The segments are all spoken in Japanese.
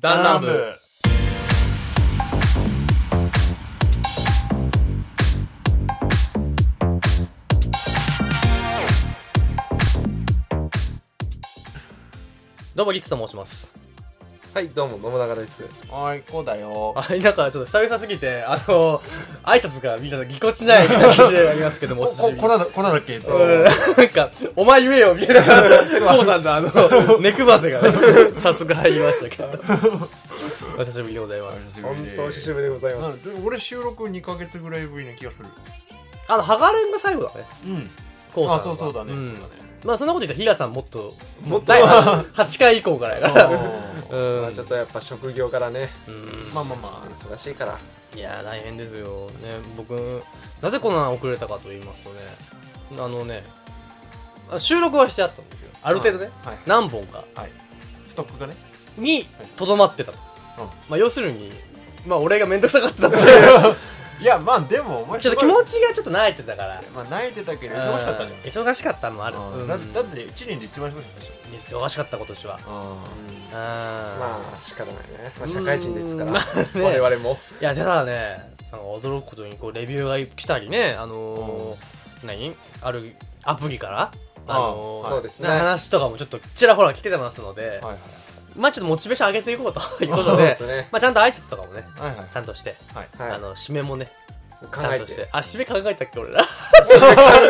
ダンランブ。どうも、リッツと申します。はい、どうも、信長です。はい、こうだよ。あ、なんか、ちょっと久々すぎて、あの、挨拶がみんなぎこちない 感じでありますけども、おこ、久しぶこ、りこらだ、こらだっけうん なんか、お前言えよ、みたいな、父さんのあの、 ネクバセがね、早速入りましたけ ど。お久しぶりでございます。本当お久しぶりでございなまんす。で俺収録2ヶ月ぐらいぶりな気がする。あの、ハガレンが最後だね、うん。コウさんは。あ、そうそうだね。んそうだねまあ、そんなこと言ったら、ヒラさんもっと、もっと、8回以降から やから。うまあんちょっとやっぱ職業からね、うんまあまあま忙しいから。いやー大変ですよ、ね、僕なぜこんな遅れたかと言いますとねあのねあ収録はしてあったんですよある程度ね、はいはい何本かあ。はい。ストックがね。にとどまってたと、うんまあ、要するに、まあ、俺が面倒くさかったって いういや、まあでも、お前ちょっと気持ちがちょっと慣れてたからまあ泣いてたけど、忙しかったね。うん忙しかったのもある、うんだだって一年で一番忙しかったでしょ。忙しかった今年はうんまあ、仕方ないね。まあ、社会人ですからうんまあ。ね我々も。いや、ただね、なんか驚くことに、こう、レビューが来たりね、あのー何あるアプリから、あのーそうですねな話とかもちょっとちらほら来てますので、はいまあちょっとモチベーション上げていこうということで、 そうですねまあちゃんと挨拶とかもね、はい。はいはいちゃんとして、はい。はいあ。の、締めもね、考ちゃんえとしてて。。あ、締め考えたっけ、俺ら。考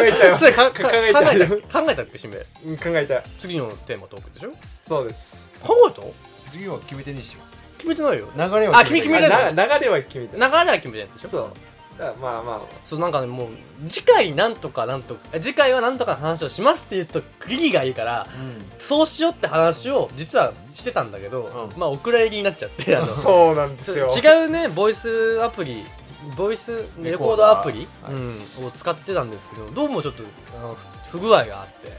えた よ。それかか考考ええたたっけよ考えたっけ、締め。うん考えたよ。次のテーマトークでしょそうです。考えた次は決めてねえしよ。決めてないよ。流れはあ君決まめあてないな流れは決め流てれは決めてないでしょそう。だからまあまあ、そうなんかねもう次回なんとかなんとかえ次回はなんとかの話をしますって言うとクリリがいいからうん。そうしようって話を実はしてたんだけど、うんまあお蔵入りになっちゃってあの そうなんですちよょ。違うねボイスアプリボイスレコードアプリレコーダーうん、を使ってたんですけどどうもちょっとあの不具合があって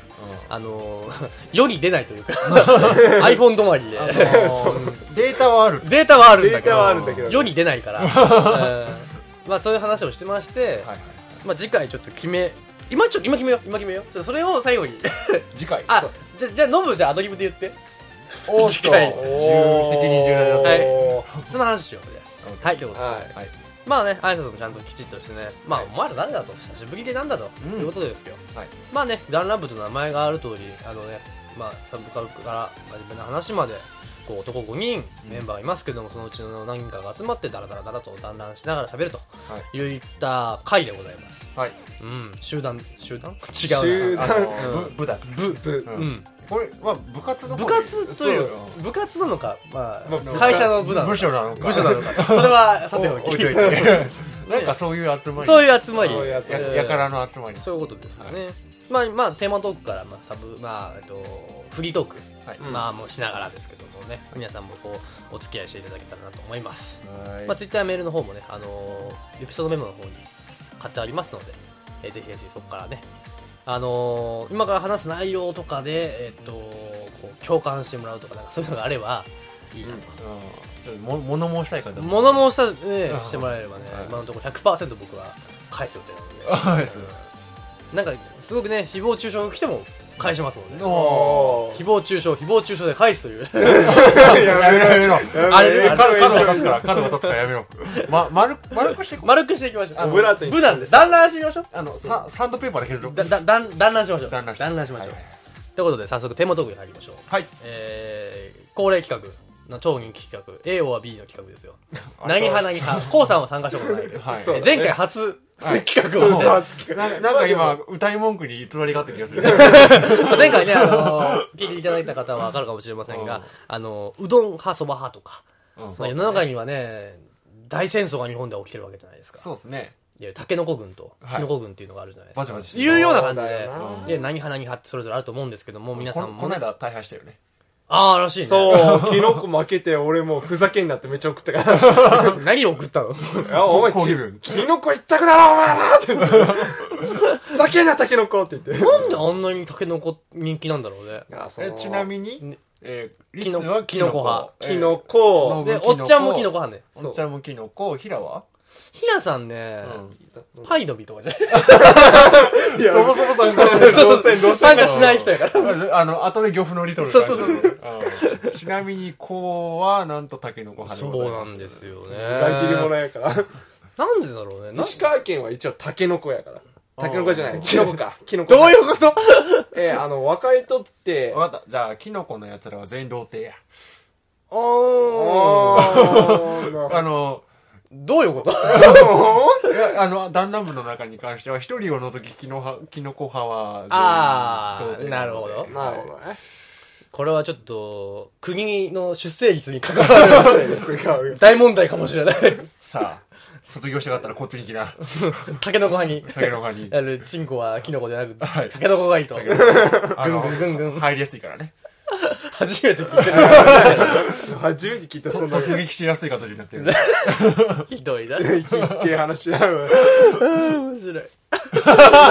あの 世に出ないと いうか iPhone 止まりであの ーデータはある。データはあるんだデーけタはあどるんだけどね。世に出ない から、うんまあそういう話をしてまして、はいはい。まあ、次回ちょっと決め今ちょっと今決めよう今決めようちょっとそれを最 後に次回。あじゃじゃあノブじゃあアドリブで言 っておっと次回重責任重大だぞは。いおその話しようじゃうんあはいということでーはい。はい。まあね挨拶もちゃんときちっとしてねまあお前らなんだと久しぶりでなんだと、うんいうことですよはい。まあねダンラブと名前がある通りあのねまあサブカルから真面目な話までこう男5人うんメンバーがいますけども、そのうちの何人かが集まってダラダラダラと団らんしながら喋るとはいった回でございますはい。うん集団集団違うな集団あのー、ぶ、ぶだ。部ぶうんうんこれは部活の方部で活というそうよ部活なのか、ままああ部、活会社の部なのか部署なのか部署なのかそれはさてお置 きいといてなんかそういう集まりそういう集まりそういう集まやりえーやからの集まりそういうことですよねまあまあテーマトークからまあサブまあえっとフリートークはいうんまあもうしながらですけどもね皆さんもこうお付き合いしていただけたらなと思いますはいまあツイッターメールの方もねあのーエピソードメモの方に買ってありますのでえーぜひぜひそこからねあのー今から話す内容とかでえっとこう共感してもらうとかなんかそういうのがあればいいなとうんちょっとも物申したい方も物申した、ねうんしてもらえればね、はい今のところ100%僕は返す予定なので、はいですなんかすごくね誹謗中傷が来ても返しますもんねおお誹謗中傷誹謗中傷で返すというーやめろやめろーあれえや角めろ角が立つから角が立つからやめろま丸く丸くしていこう丸くしていきましょうオブラートに無難で団らんしましょうあのササンドペーパーで削ろうだだだん団らんしましょう団らんし団らんしましょう、はいということで早速テーマトークに入りましょうはいえー、恒例企画の超人気企画 A は B の企画ですよあ何派何派 KOO さんは参加したことないけど、 はいそうえ前回初、企画をしてそうそうななんか今歌い文句に偽りがあった気がするまあ前回ね、あのー聞いていただいた方は分かるかもしれませんうんが、あのーうどん派、そば派とか、うんまあ、世の中にはね、大戦争が日本では起きてるわけじゃないですか。そうですねいや、タケノコ軍とはいキノコ軍っていうのがあるじゃないですか。バチバチしてるいうような感じそうだでよな、いや、何派何派ってそれぞれあると思うんですけども、皆さんここも、のね、間大敗したよねああ、らしいね。 そう、キノコ負けて、俺もうふざけんなってめっちゃ送ったから。 何を送ったのあ、お前、こうちいう、キノコ一択だろ、お前らって。ふざけんな、タケノコって 言って。なんであんなにタケノコ人気なんだろうね。あそえのちなみねにえーキリノツはキノコ派えーキノコ、で、僕おっちゃんもキノコ派ね。おっちゃんもキノコ、ヒラはひなさんね、パイの実とかじゃないいや、そもそも参加してないそうそうそう参加しない人やから。あの、後で漁夫のリトル。そうそうそううん。ちなみに、こうは、なんとタケノコ派でそごうざいなます。んですよね。裏切り者やから。なんでだろうね。な石川県は一応タケノコやから。タケノコじゃな あい。ーキノコか。キノコ。どういうことえーあの、分かれとって、わかった。じゃあ、キノコの奴らは全員童貞や。おーおーあの、どういうこ といやあの、弾丸部の中に関しては、一人を除きキノ派キノコ派はあ全員ー童貞なのるほでど。なるほどね。 これはちょっと、国の出生率に関わ る違う。大問題かもしれない。さあ、卒業したかったらこっちに来 な。タケノコ派に。タケノコ派に。あの、チンコはキノコじゃなく、はいタケノコがいいと。あのぐんぐんぐんぐん入りやすいからね。初めて聞いてる。初めて聞いた、そんな。 突撃しやすい形になってる。ひどいな。聞いて話し合う。面白い。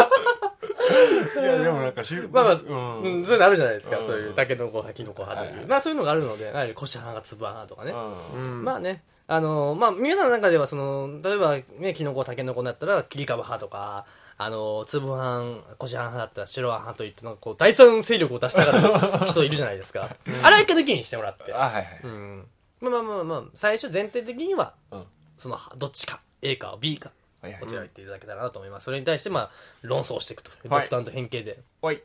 いや、でもなんかし、まあまあ、うんうん、そういうのあるじゃないですか。うんそういう、タケノコ派、キノコ派という。はいまあそういうのがあるので、はい腰派がつぶ派とかね。うままあね、あのまあ皆さんの中ではその、例えばね、キノコ、タケノコだったら、切り株派とか、あの粒派、腰派だったら、白派といって、なんかこう、第三勢力を出したから 人いるじゃないですか。あれは一回抜きにしてもらってん。あ、はいはい。うん。まあまあまあまあ、最初前提的には、うん。はその、どっちか、A か B か、いはいこちら言っていただけたらなと思います。それに対して、まあ、論争していくと。はい独断と変形で。おい。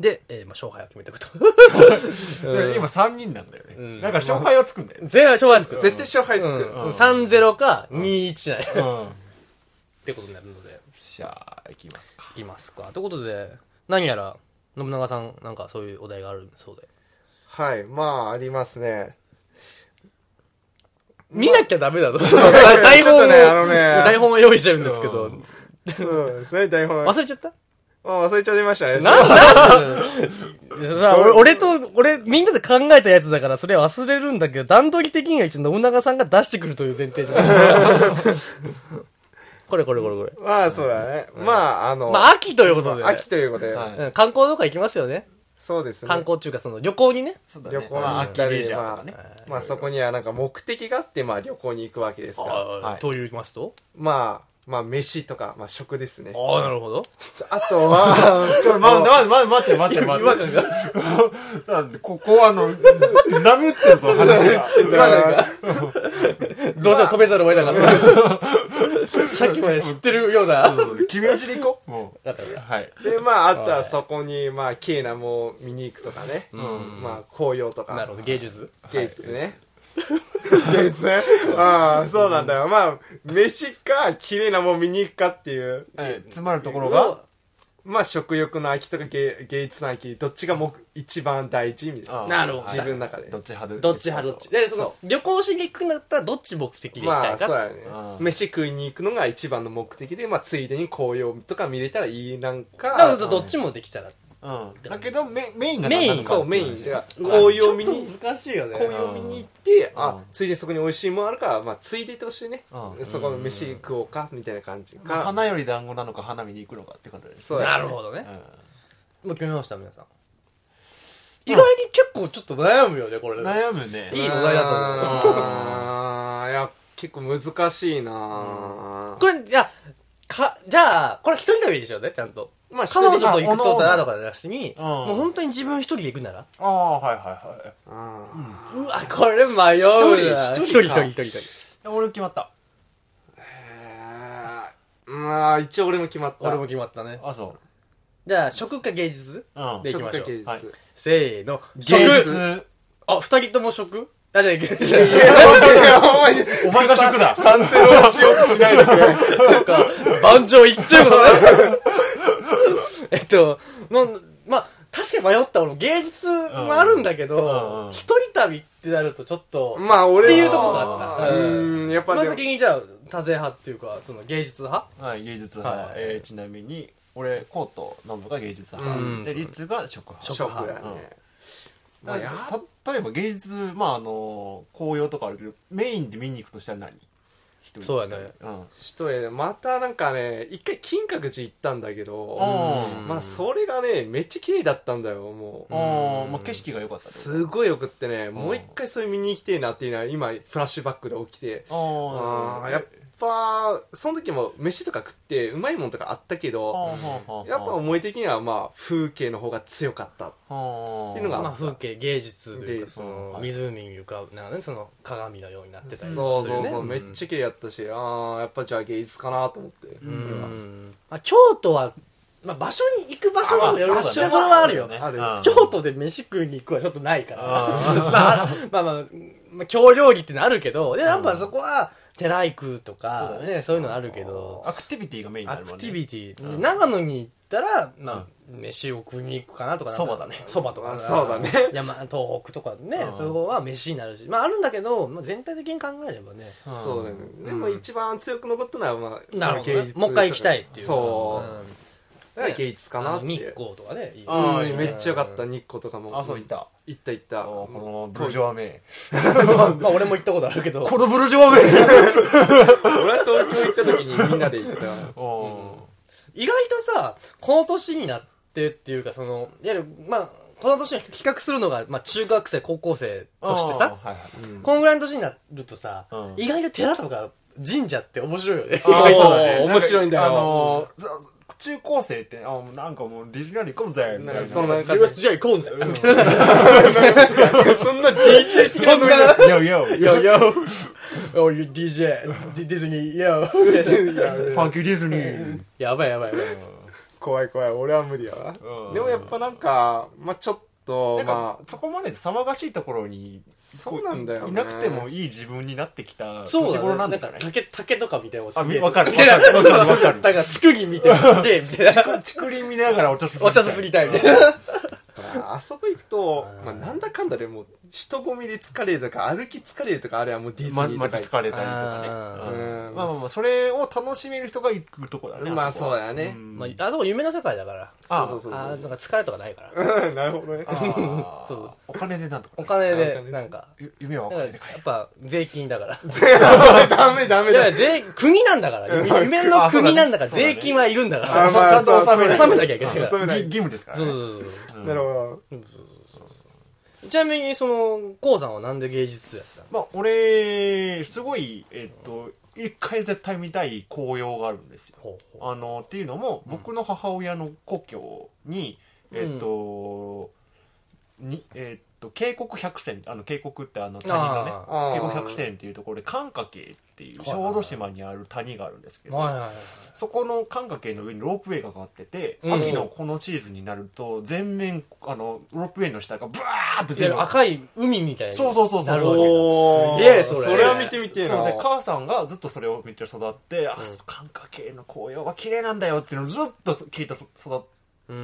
で、えーまあ、勝敗を決めていくと。 うん今3人なんだようんね。なんか勝敗はつくんだよね。全部勝敗ですよ絶対勝敗つく。うん、3-0か2-1じゃない。っうん。てことになるので。じゃあ、いきますか。いきますか。ということで、何やら、信長さん、なんかそういうお題があるそうで。はい、まあ、ありますね。見なきゃダメだと。 その台ちょっ本を、とねあのね台本を用意してるんですけど、うん、それ台本。忘れちゃったあ忘れちゃいましたね。なん なんでさ俺俺と、俺、みんなで考えたやつだから、それは忘れるんだけど、段取り的には一応信長さんが出してくるという前提じゃない これこれこれこれ。まあ、そうだね。まあ、あの、まあ、秋ということで、秋ということで、はいうん観光とか行きますよね。そうですね。観光中か、その旅行にね。そうだ旅ね。行まにあ、行っ秋たレり、ジャーとまかね。あ、まあ、そこにはなんか目的があって、まあ、旅行に行くわけですから。はいと言いますとまあ、まあ、飯とか、まあ、食ですね。ああ、なるほど。あとは、ちょ、ま、ま、ま、待って待って違待和っ感て。が。なんで、ここあの、ダメってるぞ、話が。 どうしても止めざるを得なか った。さっきまで知ってるような。決め打ちで行こう。もう。はい。で、まあ、あとはそこに、まあ、ケーナも見に行くとかね。まあ、紅葉とか。なるほど、芸術。芸術ね。芸術ね。ああ、そうなんだよ。まあ、飯か、綺麗なもん見に行くかっていう。え詰まるところが、まあ、食欲の秋とか芸芸術の秋、どっちがもう一番大事みたいな。あなるほ自分の中でど。っち派でどっち派どっち。で、その、旅行しに行くんだったらどっち目的で行きたまいあ、そうか。やねあ。あ飯食いに行くのが一番の目的で、まあ、ついでに紅葉とか見れたらいいなんだからか、どっちもできたら。うん。だけど、メメインがメイン何なのかそう、メインで、うわ紅葉見にちょっ、と難しいよね。紅葉見に行って、うあん、ついでにそこに美味しいもんあるから、まあ、ついでとしてねう、んそこの飯食おうか、みたいな感じまあか。花より団子なのか花見に行くのかってことです。そうやねなるほどね。うもう決めました、皆さん。意外に結構ちょっと悩むよね、これんね。悩むね。いいお題だと思うあーいや、結構難しいなぁこれ、じゃあ、か、じゃあ、これ一人旅でしょうね、ちゃんと。まあ彼女と一行人くとだなとかじゃなしに、うんもう本当に自分一人で行くならああ、はいはいはい。あうわ、これ迷うな。一一人一人人一か人一人一人。俺決まった。ーまあ、一応俺も決まった。俺も決まったね。あ、そじゃあ、食か芸術う。うんで食か芸術。はいせーの。芸食術。あ、二人とも食あ、 じゃあ、芸術。 お前が食だ。三ゼロしようとしないでくれ。そうか。 万丈一丁ことね。 えっと、の、まあ、確かに迷った俺も芸術もあるんだけうんうどん、一人旅ってなるとちょっと、まあ、俺はっていうとこがあったううんん、やっぱまあでも先にじゃあ、多勢派っていうか、その芸術派はい、芸術はい派。えーちなみに、俺、コート、ノブが芸術うん派。で、リツが食派。食やうんね。だまあ、かやらた例えば芸術、まあ、あの、紅葉とかあるけど、メインで見に行くとしたら何一人そうやねうん。しとね、またなんかね、一回金閣寺行ったんだけど、あまあ、それがね、めっちゃ綺麗だったんだよ、もう。あ、まあ、景色が良かったってこと。すごいよくってね、もう一回それ見に行きてえなっていうのは今、フラッシュバックで起きて。あああーやっぱその時も飯とか食ってうまいもんとかあったけどやっぱ思い的にはまあ風景の方が強かったっていうのがまあ、風景芸術というでかそのはい湖に浮かぶなんか、ね、その鏡のようになってたりそうそうすそるう、ねめっちゃ綺麗やったしああやっぱじゃあ芸術かなと思って、ううんんまあ、京都は、まあ、場所に行く場所にもよるあめまっあちゃそれはあるよねあるよ京都で飯食いに行くはちょっとないから、まああ、まあまあ、まあ、京料理ってのあるけど、で、やっぱそこは、寺行くとか、そうだね、そういうのあるけど、アクティビティがメインにアなるもんねクティビティ、で長野に行ったら、まあ、飯を食いに行くかなとかなんか蕎麦だね蕎麦とか。あそうだね山、東北とかね、うんそこは飯になるし、まああるんだけど、まあ、全体的に考えればね、うんそうだね、でも一番強く残ったのはまあなるほどねその芸術もう一回行きたいっていうかそう、うんだから芸術かなって日光とかねいいあーうんめっちゃよかったうん日光とかもあそういった行った行っあたのこのブルジョア名まあ俺も行ったことあるけどのブルジョア名俺は東京行った時にみんなで行った意外とさこの年になってっていうかそのいわゆるまあこの年に比較するのが、まあ、中学生高校生としてさはいはいこのぐらいの年になるとさ、うん意外と寺とか神社って面白いよねあーそうだね なんか面白いんだよあのーざ中高生って、あーなんかもうディズニーランド行こうぜ、みたいなんな。かそんな感じ USJ 行こうぜみたい そんな DJ 的なそんなよよよな Yo yo Oh you DJ ディディズニー Yo ファンキーディズニー。やばいやばいやばい怖い怖い俺は無理やわうんでもやっぱなんかまあちょっとなんかまあそこまで騒がしいところに、そうなんだよねいなくてもいい自分になってきたそう年だ、ね、頃なんなだんじゃかない竹竹とかみたいなのあ、すげみえわかる。わ竹かる。わか る。わかる。だから、 竹林見てすげえ、み たいな。竹林見ながらお茶すすぎたいお茶すすぎたい、みたいな。あそこ行くとまあなんだかんだでもう人混みで疲れるとか歩き疲れるとかあれはもうディズニま、ーとまかた行く疲れたりとかね。あーうんまあまあまあ、それを楽しめる人が行くとこだね。まあこはそうだねんまあ、あそこ夢の世界だから。あそうそうそうあそーうなんか疲れとかないから。うんなるほどねあーそうそうお金でなんとか。お金あおで金、でなんか。ゆ夢はおだからや金で買えっぱ、税金だから。 ダメダメいやだいや、税、国なんだから。夢の国なんだから、税金はいるんだかあら。まあちゃんとそう納めそう納めなきゃいけないから。そそううダメだ義義務ですからそうね。そううんなるほそう。ちなみに、その、こうさんはなんで芸術やったのまあ、俺、すごい、えっと、一回絶対見たい紅葉があるんですよ。ほうほうあの、っていうのも、僕の母親の故郷に、えっと、に、えっと、渓谷百選、あの、渓谷ってあの谷がね、ああー渓谷百選っていうところで、寒華渓っていう、小豆島にある谷があるんですけど、はいはいはい。そこの寒華渓の上にロープウェイがかかってて、うん秋のこのシーズンになると全面あのロープウェイの下がブワーっていわゆ全る部赤い海みたいな。そうそうそうそうなるほど。おすーげえそれそれは見てみてえなそうで母さんがずっとそれを見て育って、あ寒華渓の紅葉は綺麗なんだよっていうのをずっと聞いて育っ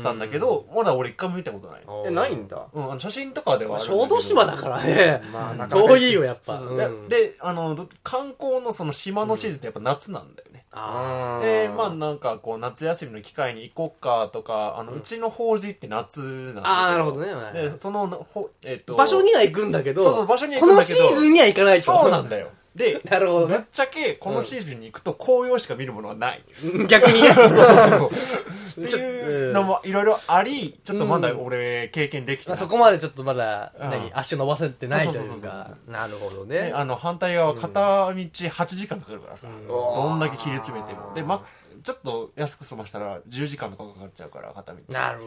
たんだけど、まだ俺一回も見たことない、おー、えないんだうん、あの写真とかではあるんだけど小豆島だからね。まあなかなか遠いよ、やっそぱ。うそううんで、であのど観光のその島のシーズンってやっぱ夏なんだよね、あでえまあなんかこう夏休みの機会に行こっかとかあの、うちの法事って夏なんだけーあー、なるほどね。はいでそのほ、えっと場所には行くんだけど、そうそう場所にはこ行くんのだけシどーズンには行かないと。そうなんだよで なるほどぶっね。ちゃけこのシーズンに行くと紅葉しか見るものはない、逆にね。 っていうのもいろいろありちょっとまだ俺経験できてまなあい、そこまでちょっとまだ、うん何、足伸ばせてないというそか。なるほどねね。あの反対側は片道8時間かかるからさ、どんだけ切り詰めてもで、ま、ちょっと安く済ましたら10時間とかかかっちゃうから片道なるほ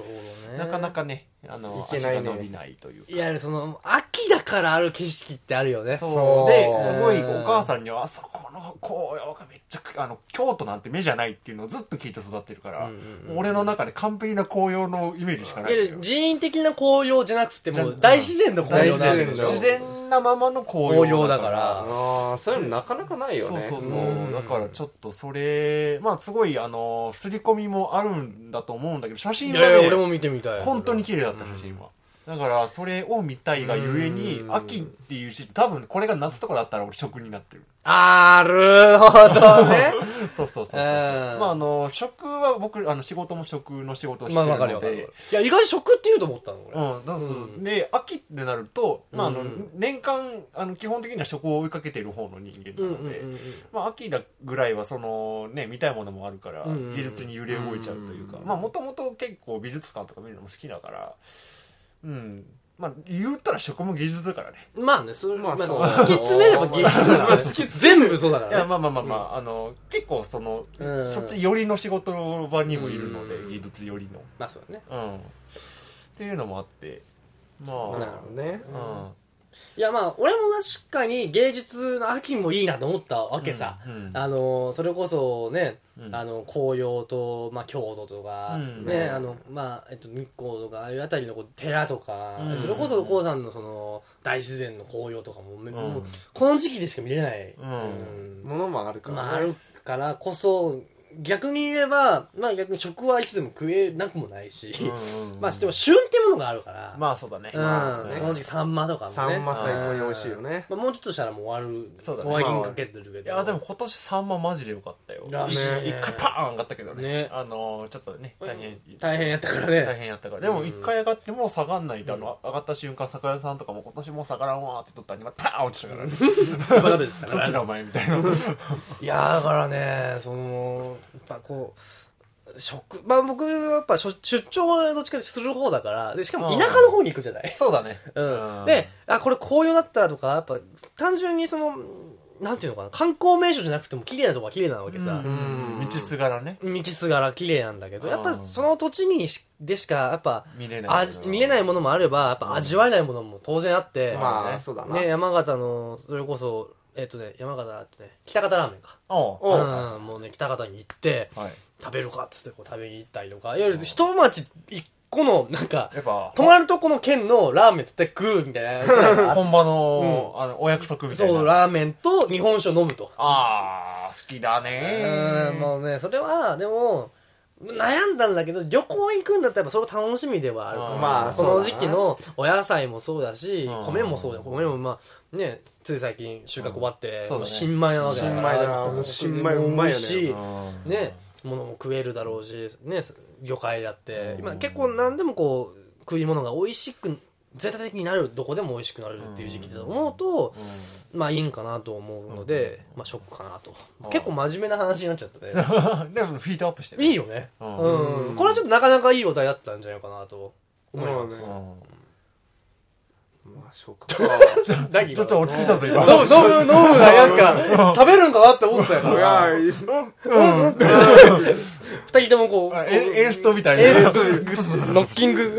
どね。なかな。かねあのいけないね足が伸びないというかいや、その、秋だからある景色ってあるよね。そうそうで、すごいうんお母さんには、あそこの紅葉がめっちゃく、あの、京都なんて目じゃないっていうのをずっと聞いて育ってるから、うん俺の中で完璧な紅葉のイメージしかないいんだやよ。人為的な紅葉じゃなくて、もうじゃ大自然の紅葉なんだ大け自ど然の自然なままの紅紅葉葉だから。ああそういうのなかなかないよそうねそうそう、うんだからちょっとそれまあすごいあの刷り込みもあるんだと思うんだけど写真いはやいや、俺ねも見てみたい。本当に綺麗だった写真は、だからそれを見たいがゆえに、うん秋っていうし多分これが夏とかだったら俺食になってるあるほどね。 そうそうそうんうそうそう。まああの、食は僕、あの、仕事も食の仕事をしてまあるわかるよのわかるよで。いや、意外に食って言うと思ったの、俺。うん、だからそうで、秋ってなると、まあ、あのうん、年間、あの、基本的には食を追いかけている方の人間うなんのうんで、うんまあ、秋だぐらいは、その、ね、見たいものもあるから、うんうん技術に揺れ動いちゃうというか、うんまあ、もともと結構美術館とか見るのも好きだから、うん、まあ、言ったら食も芸術だからね。まあね、それ、ままああ、そう突き詰めれば芸術まあまであすね。全部そうだかいや、らね。まあまあまあまあ、あの、結構その、うんそっち寄りの仕事場にもいるので、うん技術寄りの。まあそうだね。うん。っていうのもあって、まなるあ、ほどねうん。いやまあ、俺も確かに芸術の秋もいいなと思ったわけさ。うんあのそれこそね、うんあの紅葉と、まあ、郷土とか、うんねあのまあえっと、日光とかああいう辺りのこう寺とか、うんそれこそ高山のその大自然の紅葉とかも,め、んもうこの時期でしか見れない、うんものもあるかまあ、あらねるからこそ逆に言えば、まあ、逆に食はいつでも食えなくもないし、うんまあしても旬ってものがあるから、まあそうだね。うんまあねこの時期サンマとかもねサンマ最高に美味しいよねまあ、もうちょっとしたらもう終わるそうだね終わりにかけてるけど、いや、でも今年サンママジでよかったよ。らしいね一回パーン上がったけどね。ねあの、ちょっとね、大変。大変やったからね大変やったからでも一回上がってもう下がんないで、あの上がった瞬間酒屋さんとかも今年もう下がらんわーって取ったらパーン落ちたからねどっちだお前みたいないやーだからねそのやっぱこう食まあ僕はやっぱしょ出張はどっちかでする方だからでしかも田舎の方に行くじゃない、そうだねうん、であこれ紅葉だったらとかやっぱ単純にそのなんていうのかな観光名所じゃなくても綺麗なとこは綺麗なわけうさ、ん道すがらね道すがら綺麗なんだけどやっぱうんその土地にしでしかやっぱ見れない味見れないものもあればやっぱ味わえないものも当然あって、まあそうだなね、山形のそれこそえっ、とね山形だとね北方ラーメンかおうおうん、もうね北方に行ってはい食べるかっつってこう食べに行ったりとかいわゆる一町一個のなんかやっぱ泊まるとこの県のラーメン絶対食うみたいなやつなんか本場のあのお約 束みたいそうなラーメンと日本酒を飲むとあー好きだねうんもうねそれはでも悩んだんだけど旅行行くんだったらやっぱそれは楽しみではあるからうんまあこそうのだな時期のお野菜もそうだしうん米もそうだ米もまあねつい最近収穫終わってんそうだね新米なわけだから新米だ新米うまいよね美味しいうん ね、ものも食えるだろうし、ね、魚介だってう、ん今結構何でもこう、食い物が美味しく、絶対的になる、どこでも美味しくなるっていう時期だと思うと、まあいいんかなと思うので、まあショックかなとうん。結構真面目な話になっちゃったね。でもフィートアップしてるいいよね。ううんん。これはちょっとなかなかいいお題だったんじゃないかなと思いままあすね。うんまあ食か何ちょっと落ち着いたぞ今ノブ、ノブ、ノブがなんか、喋るんかなって思った いよ。やいうんうん二人ともこう、あエエーストみたいなエースノッキング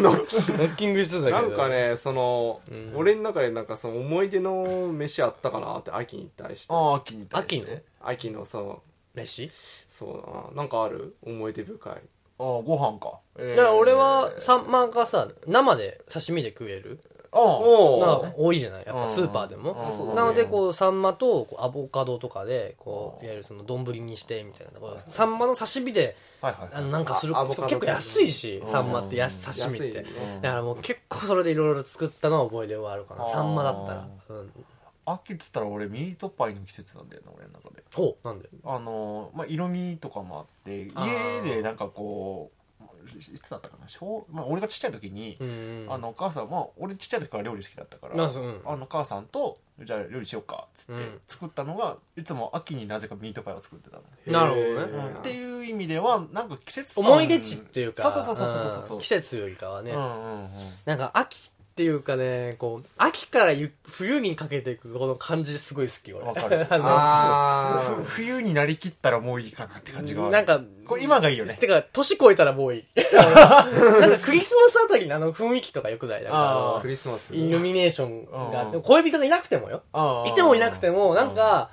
ノッキングしてたけどなんかねその、うん俺の中でなんかその思い出の飯あったかなって秋に対してあ あ秋に対して秋の秋のその飯そうだななんかある思い出深いああご飯かだえーから俺はサンマがさ生で刺身で食えるああのおがお多いじゃないやっうんぱスーパーでうんもそうだねなのでこうサンマとこうアボカドとかでこううんいわゆるその丼にしてみたいなこうサンマの刺身ではいはいあのなんかするあアボカド結構安いしうんサンマってやうん刺身って安いねだからもう結構それでいろいろ作ったのは覚えではあるかなあーサンマだったらうん秋っつったら俺ミートパイの季節なんだよな俺の中でほうなんであのーまあ色味とかもあってあー家でなんかこういつだったかな小、まあ、俺がちっちゃい時に、うんあのお母さんまあ俺ちっちゃい時から料理好きだったから、まあそううんあの母さんとじゃあ料理しようかっつっうてん作ったのが、いつも秋になぜかミートパイを作ってたの、なるほどねへーうんっていう意味ではなんか季節感思い出地っていうか、そうそうそうそうそうそう季節よりかはね、うんうんうんなんか秋っていうかね、こう、秋からゆ冬にかけていくこの感じすごい好き、俺。わかる あのあふ冬になりきったらもういいかなって感じがあるなんか、これ今がいいよねてか、年越えたらもういい。なんかクリスマスあたりのあの雰囲気とか良くないなんかああクのリスマスイルミネーションがあって、うん恋人がいなくてもよ。あーいてもいなくても、なんか、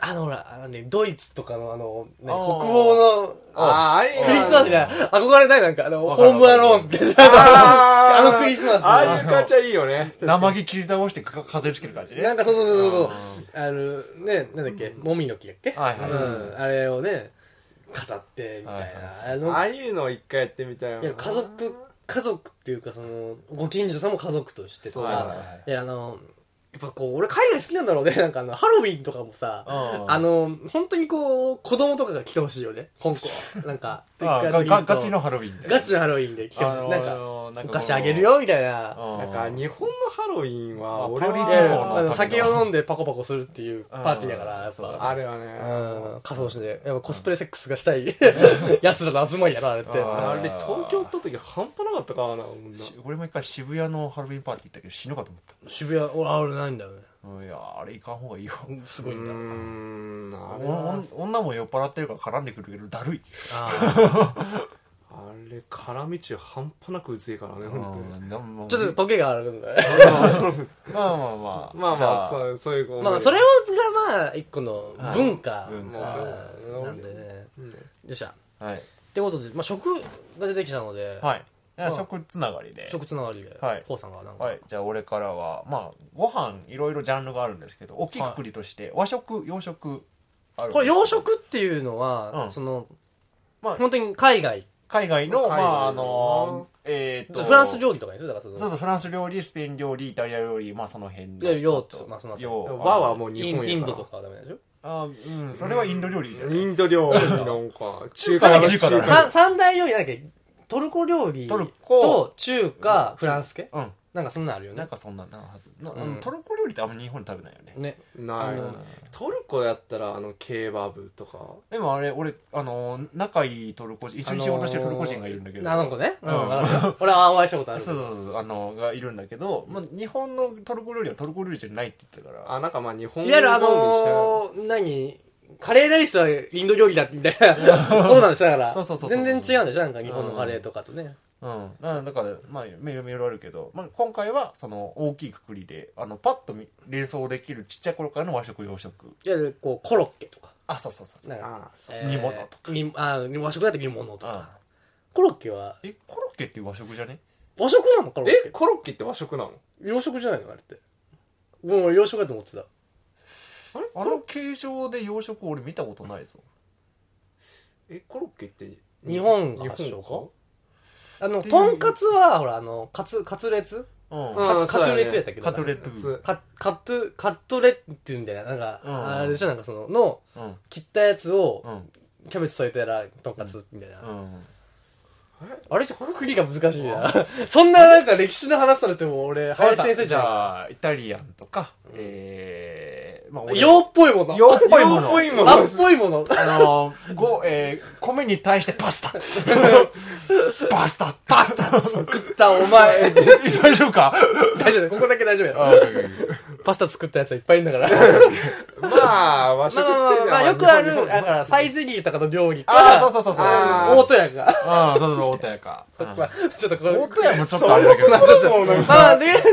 あのほら、あのね、ドイツとかのあの、ね、北あー欧の、ああいいなクリスマスが憧れないなんか、あの、わかるホームアローンって、あーあのクリスマスああいう感じはいいよね生木切り倒してか風つける感じねなんかそうそうそうそうそうあのねなんだっけもみの木だっけ、はいはいうん、あれをね飾ってみたいな、あのああいうのを一回やってみたいないや家族家族っていうかそのご近所さんも家族としてそとうか、はだいはいはいいやあのやっぱこう俺海外好きなんだろうね なんかあのハロウィンとかもさうん あの本当にこう子供とかが来てほしいよね今後なんかとあ一が回がガチのハロウィンでガチのハロウィンで来てあなのんかーなんかお菓子あげるよみたいななんか日本のハロウィンはあ俺パいリやい旅や行はあのの酒を飲んでパコパコするっていうパーティーやからやっそうぱだあれはねうん仮装してやっぱコスプレセックスがしたい やつらの集まりやなあれってああーれ東京行った時半端なかったからなほんなし俺も一回渋谷のハロウィンパーティー行ったけど死ぬかと思っ渋谷俺あ俺ないんだよねたうんいやーあれ行かん方がいいようんすうごいんだーんあれおおはん女も酔っ払ってるから絡んでくるけどだるいああれ絡み中半端なくうぜえからねうん本なんもーちょっとトゲがあるんだねまあまあまあ当にまあじゃまあそうそういう思いまあそれがまあ一個の文化文化うんなんでねうんでしたっはいてことでまあ食が出てきたのではいじゃあまあ食つながりで食つながりではいこうさんがなんかはいじゃあ俺からはまあご飯いろいろジャンルがあるんですけど大きくくりとして和食洋食あるんですこれ洋食っていうのは、うんその、まあ本当に海外、海外のま海外ああのえーっとフランス料理とかですよだからそのそうそうフランス料理スペイン料理イタリア料理まあその辺いや洋とまあその後洋和はもうイ日ン本イやンかドらとかはダメなんでしょあうんそれはインド料理じゃないインド料理な んか中華華だの中華だ中三三大料理なんだっけトルコ料理トルコと中華、フランス系うんなんかそんなのあるよなんね。かそんななはず、なうんトルコ料理ってあんま日本で食べないよね、ね。なういんトルコやったらあのケーバブとかでもあれ俺あのー仲いいトルコ人一緒に仕事してるトルコ人がいるんだけど、あの子ね。うん。うんわかる俺はお会いしたことある。そうそうそうあのがいるんだけど、まあ、日本のトルコ料理はトルコ料理じゃないって言ってたからあなんかまあ日本いわゆるあにしたのー、何カレーライスはインド料理だみたいな。そうなんでしょだから。そうそうそうそう全然違うんでしょなんか日本のカレーとかとね。うんなだからまあいろいろあるけど、まあ、今回はその大きいくくりであのパッと見連想できるちっちゃい頃からの和食洋食いわゆるこう、コロッケとか。あそうそうそうそうなんかあえー煮物とか煮あー和食だって煮物とかあコロッケはえコロッケって和食じゃね和食なのコロッケえコロッケって和食なの洋食じゃないのあれってもう洋食だと思ってたあれあの形状で洋食俺見たことないぞえコロッケって日本が日発祥本かあのとんかつはほらあのカツカツレツうんうんカそカうだツねレツやったっけどカトレかットつカカトカトレっていうんだよなんか、うんあれでしょなんかそののうん切ったやつをうんキャベツ添えたらとんかつみたいな、うんあれじゃ国が難しいなそんななんか歴史の話されても俺林先生じじゃゃあイタリアンとかえーまあん俺洋っぽいもの洋っぽいも洋っぽいのものあっぽいものあのーごえー米に対してパスタパスタパスタ食ったお前大丈夫か大丈夫ここだけ大丈夫やろあパスタ作ったやつはいっぱいいるんだからまあ和食まっあてまあまあ、まあ、よくあるだからサイゼリーとかの料理かあーそうそうそうそうあ大戸屋かあーそうそう大戸屋かうんまあちょっとこれ大戸屋もちょっとあれだけどまあちょっとまあまあとりあえず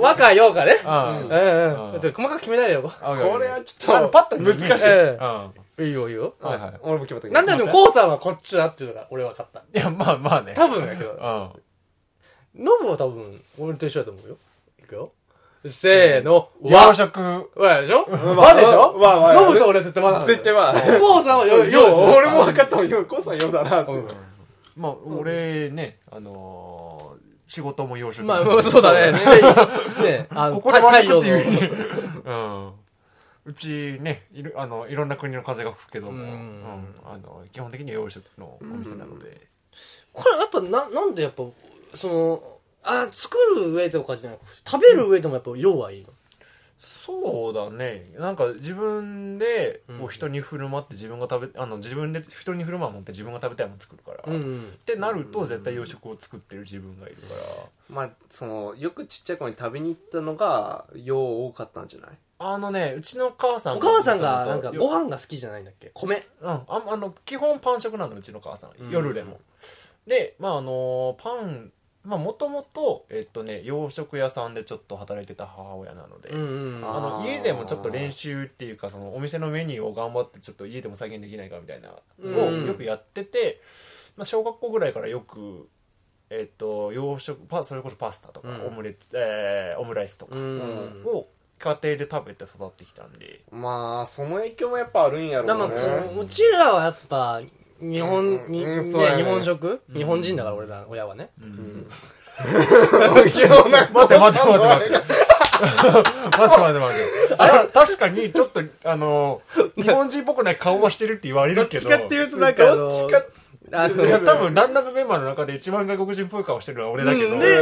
和か洋かねううんんうんうんちょっと細かく決めないでよこれはちあょのっパッとと難しいえうんえいいよいいよはいはい俺も決まったけどなんだよでもこうさんはこっちだっていうのが俺分かったいやまあまあね多分だけうどんノブは多分俺と一緒だと思うよいくよせーの洋食和でしょん和でしょ和和和ノブと俺は絶対和なんだよ絶対和こうさんは洋洋でしょ俺も分かったもんよこうさんよだなってまあ俺ねあのー仕事も洋食まあ、そう だね。ね、ねあの、ここで太笑う陽っての。いうね。うん。うちね、いる、 あの、いろんな国の風が吹くけども、うんうんあの、基本的には洋食のお店なので。これやっぱ、な、なんでやっぱ、その、あ、作る上とかじゃなく、食べる上でもやっぱ、要はいいの。そうだね。なんか自分で、こうんう人に振る舞って自分が食べ、あの、自分で人に振る舞うもんって自分が食べたいもん作るから。うっん。てなると、絶対洋食を作ってる自分がいるから。まあそのよくちっちゃい子に食べに行ったのがよう多かったんじゃないあのね、うちの母さんおが母さんが、なんか、よご飯が好きじゃないんだっけ米。うん、あんあの基本パン食なのうちの母さうんん夜でも、でまああのーパンまあもともとえっとね洋食屋さんでちょっと働いてた母親なので、んああーの家でもちょっと練習っていうかそのお店のメニューを頑張ってちょっと家でも再現できないかみたいなのをうんよくやってて、まあ、小学校ぐらいからよく、えっと洋食パそれこそパスタとか、うんオムレツ、えーオムライスとかううんん。を家庭で食べて育ってきたんで、ままあその影響もやっぱあるんやなろんか、うねそのうちらはやっぱ、日本、うんにうんねそうやね日本食うん日本人だから、俺ら、親はね。うんうん待って待って待って待って待って待って待っいやなんかて。あれ、確かに、ちょっと、あの、日本人っぽくない顔はしてるって言われどるっけど。ちかっていうと、なんかあの、どっちかあいやの、多分ランダムメンバーの中で一番外国人っぽい顔してるのは俺だけど、うんで、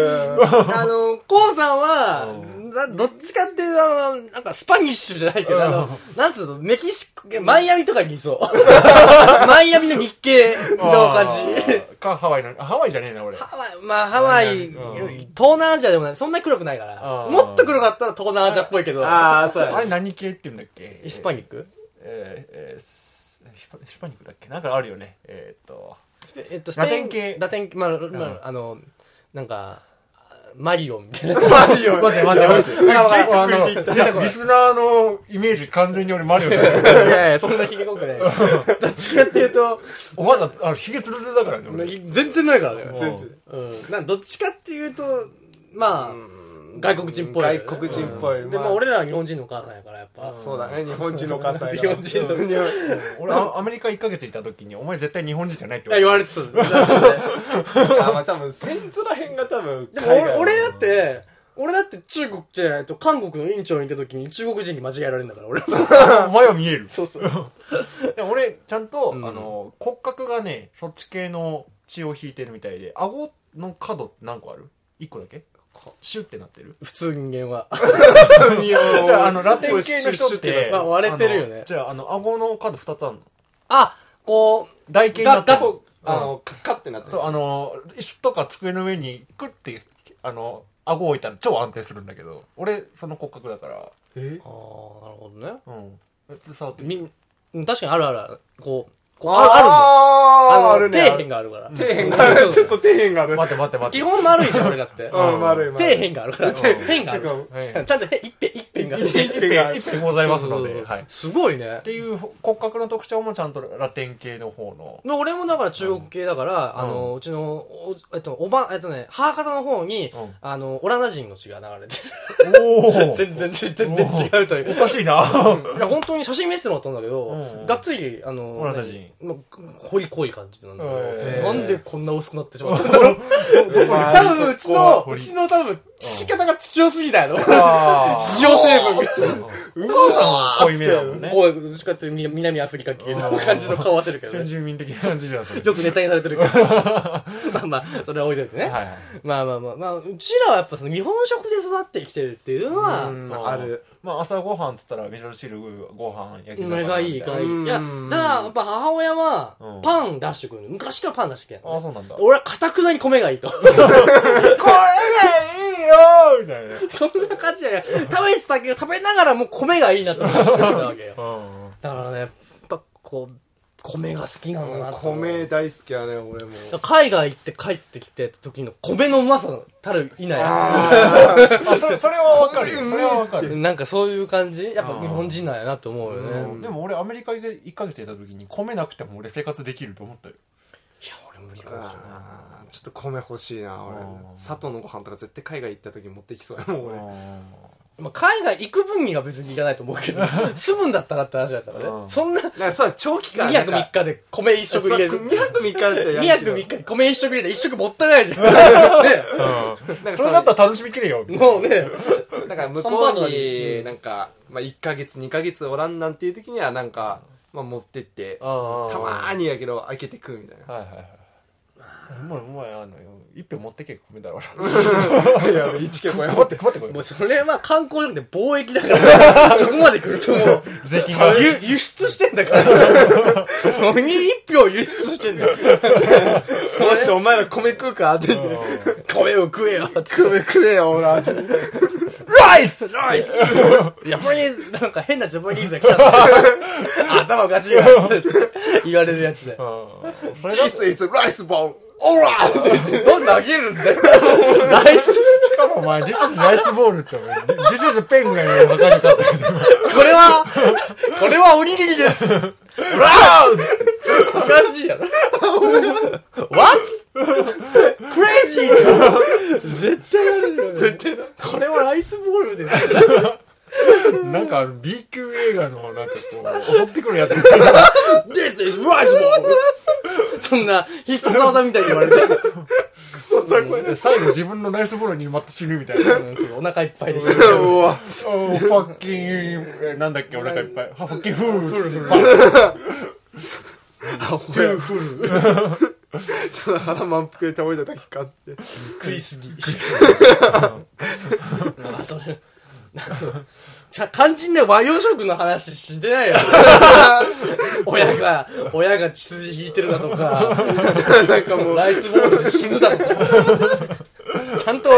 あの、コウさんは、などっちかっていうと、あの、なんかスパニッシュじゃないけど、あの、なんつうの、メキシコ、マイアミとかにい そう。マイアミの日系の感じ。じかハワイなハワイじゃねえな俺ハワイ、まあハワイ、うん東南アジアでもない。そんな黒くないから。うんもっと黒かったら東南アジアっぽいけど。ああ、そうやあれ何系って言うんだっけヒスパニニックえーえースヒパヒスパニックだっけなんかあるよねえーっとスペえっと、スラペテインン系ラテン系、まあ、まあ、あの、なんか、マリオンみたいな。マリオン。待って待って待っていやすっげえあくのくリりでスいった。ナーのイメージ完全に俺マリオだ いよやいや、そんなひげ濃く ない。どっちかっていうと、おまだあのひげつるつるだからね俺全然ないからね。全然うん。なんどっちかっていうと、まあ、外国人っぽいよね、外国人っぽい。うんで、まあ俺らは日本人のお母さんやから、やっぱ。そうだね、日本人のお母さんや日本人の日本俺あアメリカ1ヶ月いた時にお前絶対日本人じゃないっていや言われてたらしいね。 あまあ多分、センズらへんが多分、でも俺、俺だって、俺だって中国じゃないと韓国の院長にいた時に中国人に間違えられるんだから、俺 は。お 前は見えるそうそう。で俺ちゃんと、うんあの骨格がねそっち系の血を引いてるみたいで顎の角って何個ある ?1 個だけシュッてなってる普通人間は。じじゃああのラテン系の人って、まあ割れてるよねあのじゃああの顎の角2つあるのあ、こ台形になってだるだあの、カッカってなってそうあの椅子とか机の上にクッてあの顎を置いたら超安定するんだけど俺その骨格だからえう。ああ、なるほどね。うん触ってみみんうん、確かにあるあるある。こう、こうああるもん。あーあのるね。底辺があるから。底辺がある。そそうう、底辺がある。待って待って待基って本丸いじゃん、俺だ って。底うん、丸い丸い。辺があるから。辺がある。 はいちゃんとへ一辺、一辺がある。一辺がある一。辺ございますのではいっすごいね。ていう骨格の特徴もちゃんとラテン系の方ので俺もだから中国系だから、あの、うちの、お、えっと、おば、えっとね、母方の方に、うんあの、オランダ人の血が流れておる。お全然、全然違うという。おかしいないや、本当に写真見せてもらったんだけど、うんがっつり、あの、オランダ人何もう濃い濃い感じなんだけど、へーなんでこんな薄くなってしま ったんだろう。まあ多分、うちそこはの、掘うりちの多分、仕方が強すぎたやろ。あー塩成分が。お母さんは濃いめだもんねこう、どっちかっていうと南南アフリカ系の感じの顔はしてるけど 先ね。住民的な感じじ ゃんそれよくネタにされてるけど。 まあまあ、それは置いといてね。はいはいまあまあまあ、まあ、うちらはやっぱその日本食で育ってきてるっていうのは、うんまあある。まあ朝ごはんっつったら味噌汁ご飯焼きそれがいい、かがらいい。いや、ただ、やっぱ母親はう、んパン出してくるの。昔からパン出してきてるのあねあそうなんだ俺はかたくなに米がいいと。 これがいいよみたいな。そんな感じじゃない。食べてたけど、食べながらもう米がいいなと思ってたわ けよ。うん。だからね、やっぱこう、米が好きなんだなと思う米大好きやね、俺も。海外行って帰ってきて時の米のうまさたるいなああ、それ、それはわかるよ。それはわかい。る。なんかそういう感じやっぱ日本人なんやなって思うよね。うんでも俺アメリカで1ヶ月いた時に米なくても俺生活できると思ったよ。いや、俺無理かもしれない。あーちょっと米欲しいな、俺うん。佐藤のご飯とか絶対海外行った時に持ってきそうやもん、俺。まあ、海外行く分には別にいらないと思うけど、 住むんだったらって話だったからうね。んそんな、なんかそう、長期間2なん泊か。 3日で米一食入れそうる。 2泊3日だったらや2るけ泊ど3日で米一食入れたら一食もったいないじゃん。 ねなんかそそれうだったら楽しみきれよ。もうね。なんか向ハこンバーガーうにうにんなんか、まあ、1ヶ月2ヶ月おらんなんていう時にはなんか、まあ、持ってってたたまーに。にやけど開けて食うみたいはいはいはい。うまいうまい、あの、一票持ってけ、米だ ろ。な いや1キロ超え待って、待って、こもうれ。それは観光じゃなくて貿易だ から、そこまで来るともう、税金が。 輸輸出してんだ から。もう一票輸出してんだよ。もしお前ら米 食うかって言って米を食えよ。米食えよほ らって言ってライスライ スジャパニーズ、なんか変なジャパニーズが来たん だ頭おかしいわ。って言われるやつで。それだ This is rice ball オラーって言ってどんどんあげるんだよ。ナイス。しかもお前、This is ライスボールって、This is ペンが言う分かり 方。これは、これはおにぎりです。ラおかしいやろ。What? クレイジー絶対やれるよね。絶対だこれはライスボールです。なんかあの B 級映画のなんかこう、襲ってくるやつ。 This is rice ball! そんな必殺技みたいに言われて、クソさこれう最後自分のナイスボールにまた死ぬみたいな。うんそうお腹いっぱいでし わおファッキン、えなんだっけ、お腹いっぱい。ファッキンフール。フルフル。アホトゥやーフル。 ただ腹満腹で倒れただけかって 食い すぎ。なんかそれ、じゃあ肝心な和洋食の話してない よ。親が、親が血筋引いてるだとか、なんかもうライスボールで死ぬだとか。ちゃんと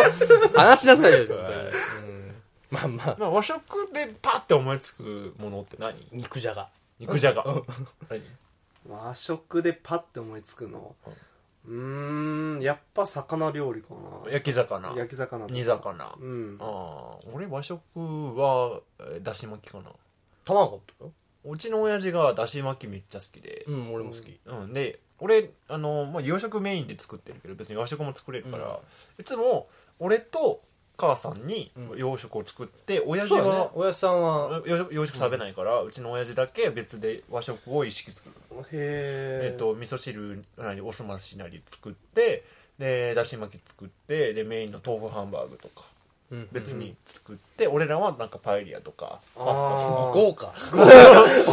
話しなさいよ、絶対うんまあまあ、まあ和食でパッて思いつくものって何肉じゃが。肉じゃが。何和食でパッて思いつくのうーんやっぱ魚料理か焼き魚な。焼き魚とか煮魚。あうんあー、俺和食は、えーだし巻きかな。卵とかうちの親父がだし巻きめっちゃ好きでう。ん、俺も好き。うん、で、俺、あの、まあ、洋食メインで作ってるけど、別に和食も作れるから、うんいつも、俺と母さんにうん洋食を作って、親父そうだねは、。親父さんは、洋食洋食食べないから、うちの親父だけ別で和食を意識作る。へえっと、味噌汁なりおすましなり作ってでだし巻き作ってでメインの豆腐ハンバーグとかうん別に作って、俺らはなんかパエリアとかパスタとあか豪華。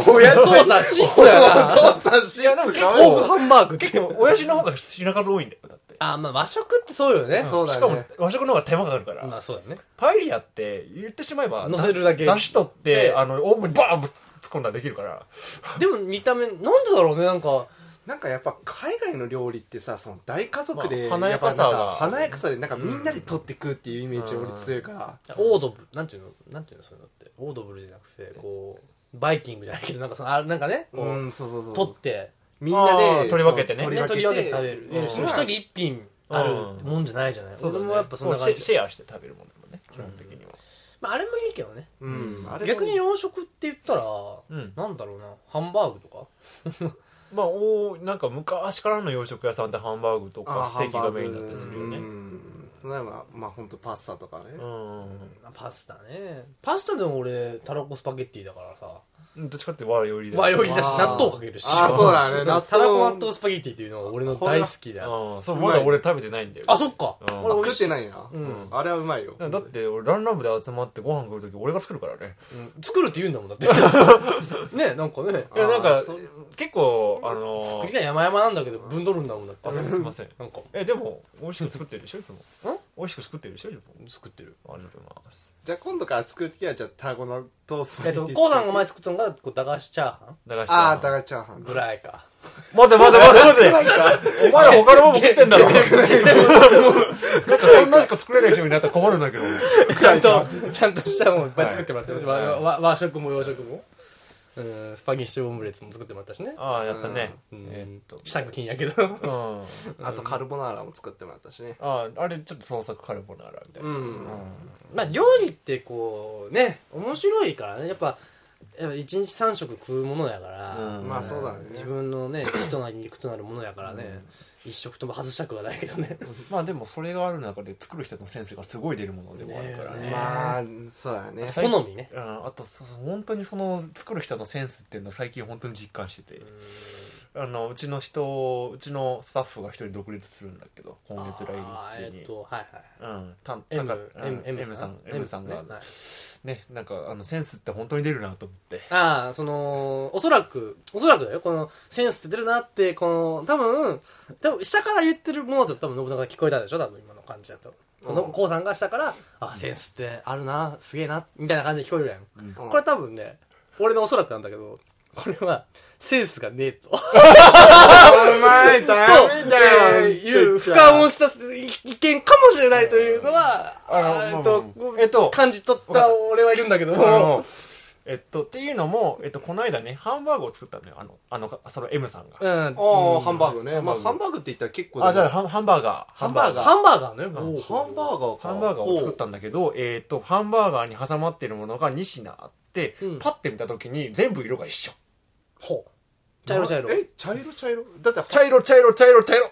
と親父さん質素やな父さん質素やな豆腐ハンバーグって結。構親父の方が品数多いんだよだってあ、まあ和食ってそうよね。そうだねしかも和食の方が手間がかかるから、まあそうだね。パエリアって言ってしまえば乗せるだけだし取って、であのオーブンにバーンぶっ突っ込んだらできるからでも見た目、なんでだろうね、なんか。なんかやっぱ海外の料理ってさその大家族で、まあ華やかさやっがぱなんか華やかさでなんかみんなで取って食うっていうイメージ俺強いから、オードブル、なんていうのなんていうのそういうのって。オードブルじゃなくて、こう、バイキングじゃないけど、なんかその、あなんかね、こう、うんそうそうそう取って、みんなあでー取り分けてねそうね、取り分けて食べる。うん一人一品あるもんじゃないじゃない。俺もやっぱそんなも感うシェじ。シェアして食べるもんだもんね基本的には、まああれもいいけどね。うんあれも逆に洋食って言ったら、うんなんだろうな、ハンバーグとかまあおなんか昔からの洋食屋さんってハンバーグとかあステーキがメインだったりするよねハンバーグうんそのまあまあ本当パスタとかね、うんパスタね。パスタでも俺、タラコスパゲッティだからさ。どっちかって和よりだよ和よりだし、あー納豆かけるし。あーそうだね納豆 タラコ納豆スパゲッティっていうのは俺の大好きだ。うんそうまだ俺食べてないんだよあ、そっか。うん俺美食味っしいてないな、うんあれはうまいよだって俺ランラムで集まってご飯食う時俺が作るからねうん作るって言うんだもんだ って。ね、なんかね。いやなんあかーそう結構あのー作りが山々なんだけど、ぶんどるんだもんだってあ。すいませんなんか、えでも美味しく作ってるでしょいつも美味しく作ってるでしょいつも作ってる。ありがとうございますじゃあ今度から作るときはじゃあタラコのトーストえっと、コーナーが前作ったのが、こう、駄菓子チャーハン流してああタラチャーハンぐらいか。待て待て待て待てお前ら他のもん食ってんだろなんかそんなしか作れない人になったら困るんだけどちゃんと、ちゃんとしたもんいっぱい作ってもらってます。はいわわ和食も洋食も。うん、スパゲッシュオムレツも作ってもらったしね。ああやったねうんえーっと試作品やけど。 うんあとカルボナーラも作ってもらったしねあああれちょっと創作カルボナーラみたいなううんんまあ料理ってこう、ね、面白いからね。やっぱ、やっぱ一日三食食うものやから。うんまあそうだね自分のね、 血となり肉となるものやからね、一食とも外したくはないけどね。まあでもそれがある中で作る人のセンスがすごい出るものでもあるからねねまあそうだね 好みね。うんあとそ本当にその作る人のセンスっていうのを最近本当に実感しててあのうちの人うちのスタッフが一人独立するんだけど今月来あ日ー中えっに。と、はいはい。うん、たた M かうん M, さん M さんが、はいねなんかあのセンスって本当に出るなと思ってああ、その、おそらく、おそらくだよ、この、センスって出るなって、この、多分、多分、下から言ってるものと多分、信長が聞こえたでしょ多分、今の感じだと。この、うんこうさんが下から、ああ、センスってあるな、すげえな、みたいな感じで聞こえるやん。うんこれ多分ね、俺のおそらくなんだけど、これは、センスがねえと。うまいダと、メだよえーいう、俯瞰をした意見かもしれないというのは、うんああーまあえっとまあまあえっ、と感じ取った俺はいるんだけどあも、のえっとっていうのも、えっと、この間ねハンバーグを作ったのよあのあのその M さんが、うん、ああハンバーグねンバーまあグハンバーグって言ったら結構あじゃあハハンハンバーガーハンバーガーハンバーガーね、うんもうンバーガーかハンバーガーを作ったんだけど、えっ、と、ハンバーガーに挟まってるものが2品あって、うんパッて見た時に全部色が一緒。ほう。茶色茶色。え茶色茶色だって茶色、茶色、茶色、茶色。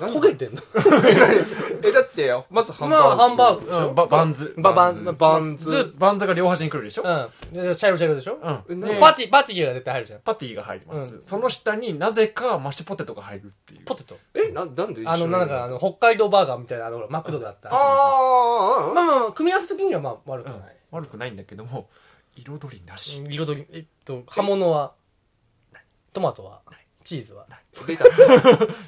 焦げてんのえだってよまずハンまバーグあ、ハンバーグ。うん、ババンズ。ババンズ。バンバンズ。ズ。バンズが両端に来るでしょうん。で茶色茶色でしょうん。えでパティ、パティが絶対入るじゃん。パティが入ります、うんその下になぜかマッシュポテトが入るっていう。ポテト。えななんで一緒あの、なんか、あの、北海道バーガーみたいな、あの、ほらマクドだった。ああああまあまあまあ、組み合わせ的にはまあ悪くうなんい。。悪くないんだけども、彩りなし。彩り、えっと、葉物は、トマトは、チーズは。レタス。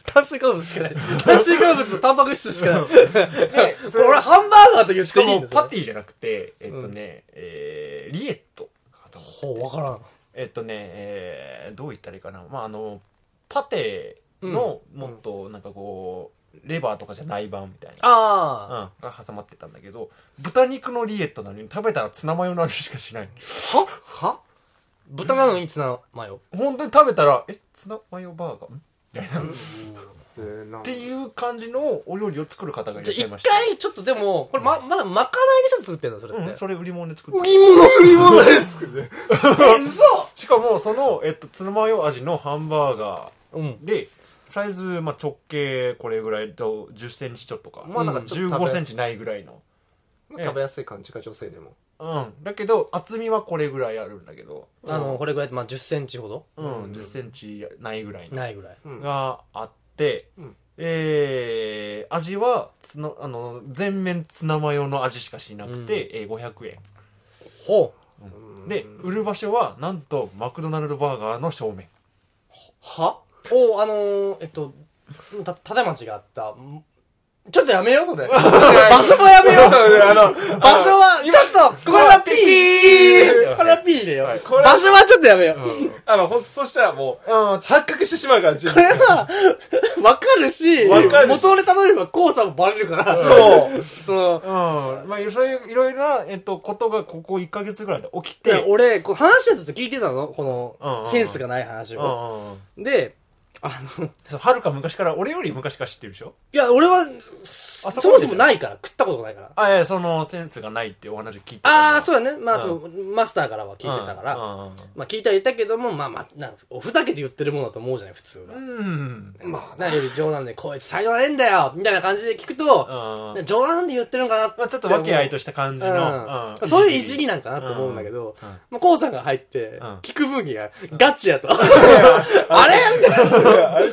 炭水化物しかない。炭水化物とタンパク質しかない。でそれ俺ハンバーガーと言っしかていいんもですパティじゃなくてえっとね、えーリエットかと思ってほう、わからん。えっとね、えーどう言ったらいいかな、まあ、あのパテのもっとなんかこう、レバーとかじゃない版みたいな、うん、ああ、が挟まってたんだけど豚肉のリエットなのに食べたらツナマヨの味しかしないは豚なのにツナマヨ。本当に食べたらえツナマヨバーガーんみたいなっえーなんていう感じのお料理を作る方がいじらっしゃゃいあま一した回、ちょっとでも、これま、まだまかないでしょ作ってんのそれっうん、て。それ売り物で作っ売てり物売り物ですけどね。しかもその、えっと、ツナマヨ味のハンバーガうん。ーでサイズ、まあ、直径これぐらいと1 0ンチちょっとか、まあなんか1 5ンチないぐらいのまあ食べやすい感じか、女性でも。うん。だけど、厚みはこれぐらいあるんだけど、あの、これぐらいで、まあ、10センチほどうん、10センチないぐらいのないぐらい。うん。があって、うんえー、味はツナ、あの、全面ツナマヨの味しかしなくて、えー500円。ほうんで、売る場所は、なんと、マクドナルドバーガーの正面。はう。おうあのー、えっと、た、ただ町があった。んちょっとやめよう、それ。場所もやめ よう。そうね、あの、場所は、ちょっと、これはピーはいこれはピー入れよう。これ場所はちょっとやめよう。あの、ほんと、そしたらもう、あ発覚してしまうから、自これ分。は、 わかるし、わかるし元ネタのれば、こうさもバレるから、そ う。その、うん。まあ、そういう、いろいろな、えっと、ことがここ1ヶ月ぐらいで起きでて、俺、こう話してたと聞いてたのこうんうんうの、んセンスがない話うんを。うんうん。で、あの、そうはるか昔から、俺より昔から知ってるでしょいや、俺は、あそそもこまでそもないから、食ったことがないから。あ、いや、その、センスがないってお話聞いてああ、うそうだね。まあ、そのう、マスターからは聞いてたから。まあ、聞いてはいたけども、まあまあ、なんかおふざけて言ってるものだと思うじゃない、普通は。うん。まあ、何より冗談で、こいつ才能ねえんだよみたいな感じで聞くと、ま冗談で言ってるのかなってあ、ちょっと和気あいとした感じうんの。んそういういじりなんかなと思うんだけど、うんうんまあ、こうさんが入ってん、聞く分岐がガチやと。 あれみたいいやあれ違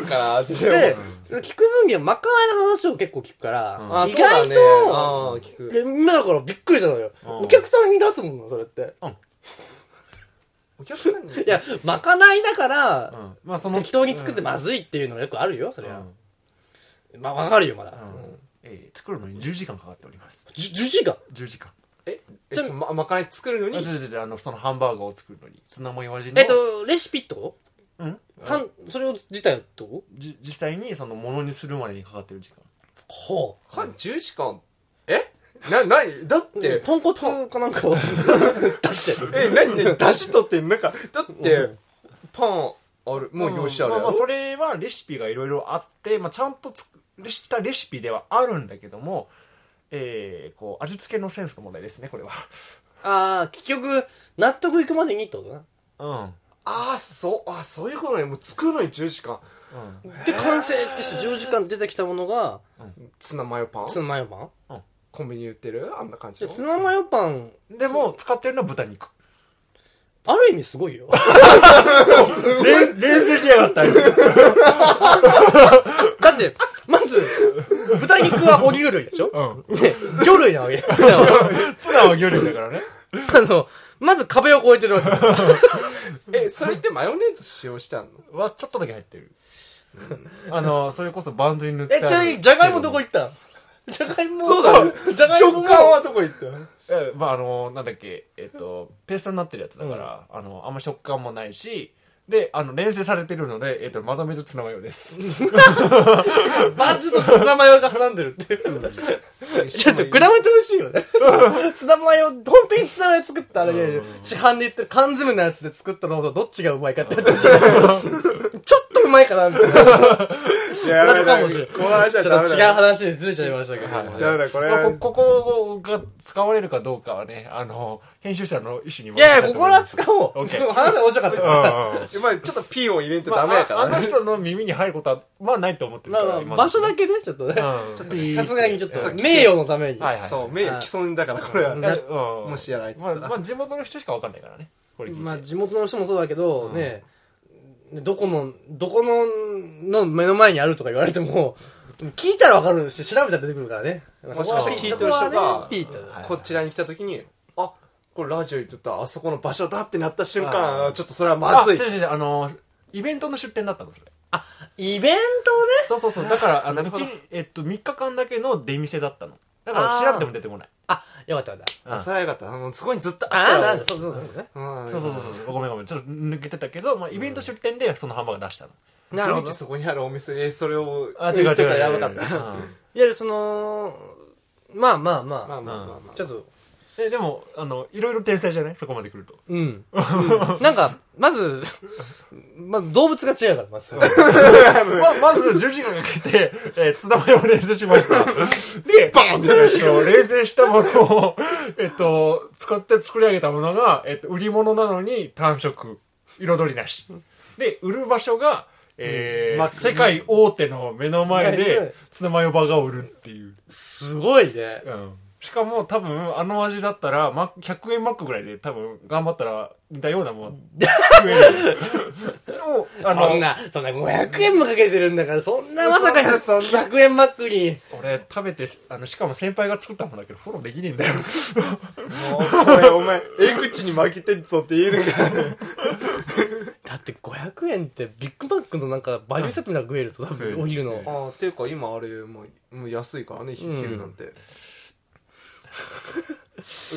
うかなって。な。で、聞く分岐はまかないの話を結構聞くから、うんあ意そうだ外ねと、あー聞く。で今だからびっくりしたのよ。うんお客さんに出すもんな、それって。お客さんにいや、まかないだかうら、んまあ、その。適当に作ってままずいっていうのがよくあるよ、そすれは。まあ、わかるよ、まだ。えー作るのに10時間かかっております。じゅ10時間10時間。え、じじゃあゃま、まかない作るのあ、にちょちょちょあの、そのハンバーガーを作るのに。ツナマヨ味の。えっ、と、レシピってこうん。と単それを自体ってこじ実際に、その、ものにするまでにかかってる時間。とほう。は、10時間えな、なにだって、豚骨かなんか を出してる。え、なにね、出汁取って、なんか、だって、パンある、もう用紙まあるやあまあ、ろそれはレシピがいろいろあって、まあ、ちゃんと作りしたレシピではあるんだけども、えー、こう、味付けのセンスの問題ですね、これは。ああ、結局、納得いくまでにってことな。うん。ああ、そう、あそういうことね。もう作るのに10時間。うんで、完成ってして10時間出てきたものが、ツナマヨパンツナマヨパンコンビニで売ってるあんな感じじゃあのツナマヨパン、でも、使ってるのは豚肉。ある意味すごいよ。 れ冷静しやがった。だって、まず、豚肉はお肉類でしょうん。で、魚類なわけ だよ。 普段は魚類だからね。あの、まず壁を越えてるわけだよ。え、それってマヨネーズ使用してあんのは、ちょっとだけ入ってる。あの、それこそバンズに塗ってえ、ちなみに、じゃがいもどこ行ったんじゃがいも。 そうだねじゃがいも食感が。はどこ行ったのえ、まあ、あの、なんだっけ、えっと、ペーストになってるやつだから、あの、あんま食感もないし、で、あの、冷製されてるので、えっと、まとめとツナマヨです。バズとツナマヨが絡んでるっていう。ちょっと比べてほしいよね。 ツナマヨ、本当にツナマヨ作ったあれで、市販で売ってる缶詰のやつで作ったのとどっちがうまいかってやってほしい。ちょっとうまいかなみたいな。いやなるかもしれないこの話はちょダっメとだ。違う話でずれちゃいましたけど。だからこれまあ、はこ、ここが使われるかどうかはね、あの、編集者の意思にも。いやいや、ここは使おう。オッケーでも 話は面白かったから。うまあちょっとピーを入れんとん。まあ、あダメやからあね。の人の耳に入ることは、まあ、ないと思ってるまかあら。まあ今の場所だけね、ちょっとね。うん。ちょっといいさすがにちょっはと、い名誉のために。はいはい。そう、名誉毀損だから、これは。なうんもしやられてたまらあ、まあ、地元の人しかわかんないからね。これ聞いて。まあ、地元の人もそうだけど、ねどこのどこのの目の前にあるとか言われても聞いたらわかるし調べたら出てくるからねももしかしたら聞いてる人がピーターはいこちらに来た時に、あ、これラジオに撮ったあそこの場所だってなった瞬あ間、ーちょっとそれはまずいあ違。う違う違うあのーイベントの出店だったのそれイベントねそうそうそうだからあのなるほど一えっと、3日間だけの出店だったのだから調べても出てこないあよかったよかったうんあそれはよかったあのそこにずっとあああっなたんだそうそうそうねうんそうそうそうそうごめんごめんちょっと抜けてたけど、まあ、イベント出店でそのハンバーガー出したの、なるほずどるいちそこにあるお店でそれをあ違う違う違うちょっとやばかったうまんいわゆるそのまあまあまあ、あまあまあまあちょっとえでもあのいろいろ天才じゃないそこまで来るとうん、なんかまず、 まず動物が違うからまずそれままず10時間かけて、えー、津田マを練習しました。で、バーンってえっと冷製したものを、えっと、使って作り上げたものが、えっと、売り物なのに単色、彩りなし。で、売る場所が、えーうんまあ世界大手の目の前前でで、ツナマヨバーガーを売るっていう。すごいねうん。しかも多分、あの味だったら、マック100円マックぐらいで多分、頑張ったら、似たような もん。食える。でもあそんなそんな500円もかけてるんだからそんなまさかそんな 100, 100円マックに俺食べてあのしかも先輩が作ったもんだけどフォローできねえんだよお前お前江口に負けてんぞって言えるからだって500円ってビッグマックのなんかバリューセットみたいなの食えると多う分んお昼のうん ああていうか今あれもうもう安いからねひうん昼なんて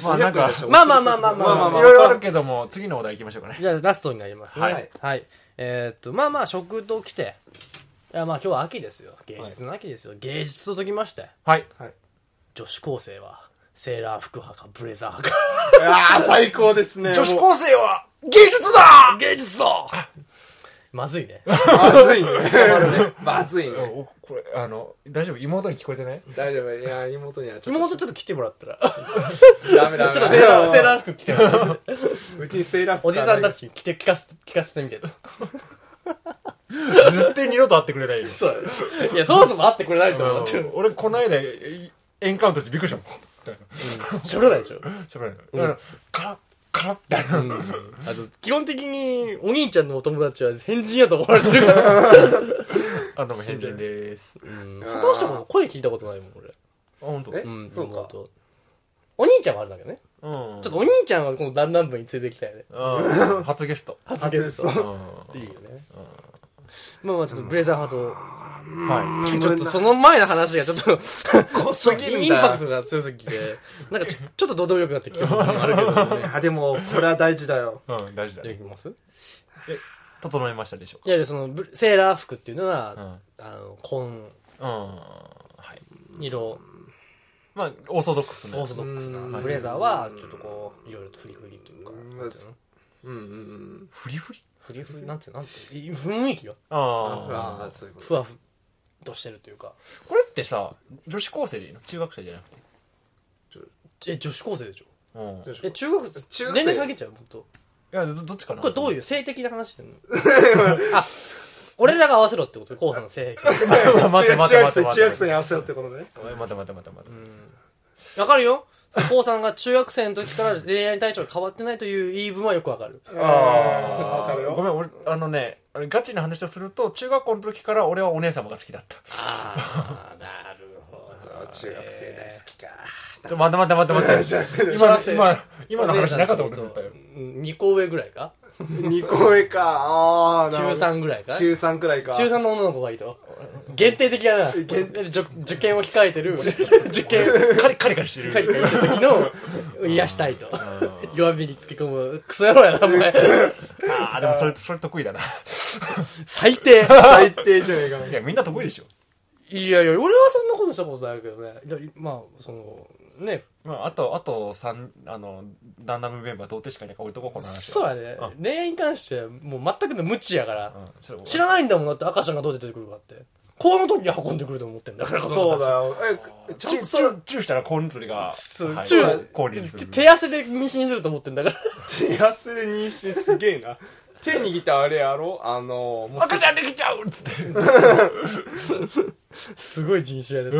まあなんか500円でしょまあまあまあまあまあまあまいあろいろあるけども次のお題行きましょうかねじゃあラストになりますねははいい、えーっとまあまあ食堂来ていやまあ今日は秋ですよ芸術の秋ですよ、芸術と解きましてはいはい女子高生はセーラー服派かブレザー派か ああ最高ですね女子もう高生は芸術だ芸術だまずい ねまずいね まずいねおこれあの大丈夫妹に聞こえてない大丈夫いや妹にはちょっと妹ちょっと来てもらったらダメダメちょっとセーラー セーラー服着てもらってうちにセーラー服おじさんたちに着て聞かせて聞かせてみて絶対二度と会ってくれないよそういやそもそも会ってくれないと思ってうん俺この間いエンカウントしてびっくりしたもん しゃべらないでしょしゃべらないだからカラッカラッみたいなあの基本的にお兄ちゃんのお友達は変人やと思われてるからあどうも変人でーすうんその人も声聞いたことないもん俺あ本当えうんうんそうか妹お兄ちゃんはあるんだけどねちょっちょっとお兄ちゃんはこの弾丸部に連れてきたよねと初ゲスト初ゲスト初うゲんいいよねまあまあちょっとブレザー派はとちょっとその前の話がちょっと濃すぎるイんンパだクトが強すぎてなんかちょちょっとどうでもよくなってきてるのもあるけどねあでもこれは大事だよいうん大事だじゃあいきます整いましたでしょういわゆるそのブセーラー服っていうのは、かあの紺うんうんはい色まあ、オーソドックスね。オーソドックスなうんブレザーはちょっとこういろいろとフリフリというかうんなんていうのうんうんうんフリフリフリフリなんていうのなんていうの雰囲気がああああ。そういうことふわふっとしてるというかこれってさ、女子高生でいいの中学生じゃなくて。え女子高生でしょうん。い女子え高中学中学生年齢下げちゃうもっとや、どどっちかなこれどういうう性的な話してんのあ俺らが合わせろってことコウさんの性癖 待って待って待って待中学生中って学生に合わせようってことねおい待って待って待って待って。わかるよコウさんが中学生の時から恋愛対象が変わってないという言い分はよくわかるあわかるごよめん、俺、あのね、あれガチな話をすると、中学校の時から俺はお姉様が好きだった。ちああなるほあ中学生大好きかょ、待って待って待って 待中学生でって。し中ょ今学生今、今の話なかったことだったよ。 2個上ぐらいか2個上かああなる中ほど3ぐらいか中中3くらいか3の女の子がいいと限定的だな限じょ受験を控えてる受験をカリカリカリして控える。てる時の癒やしたいと弱火につけ込むクソ野郎やなお前ああ、でもそれ、それ得意だな。最低最低じゃねえかいや、 みんな得意でしょ。いやいや俺はそんなことしたことないけどねいやまあそのねまあ、あと、あと三あの、ダンダムメンバー童貞しかいないから置いとこうこの話は。そうやね恋愛に関してはもう全くの無知やからうんちょっと知らないんだもんだって赤ちゃんがどう出てくるかってこの時運んでくると思ってんだからそうだよえチュちょーっチューチューしたらコウノトリが、そうはいチューコウリにする。手汗で妊娠すると思ってんだからと手汗で妊娠すげえな手握ったあれやろあのもう赤ちゃんできちゃうっつって。すごい人種やで、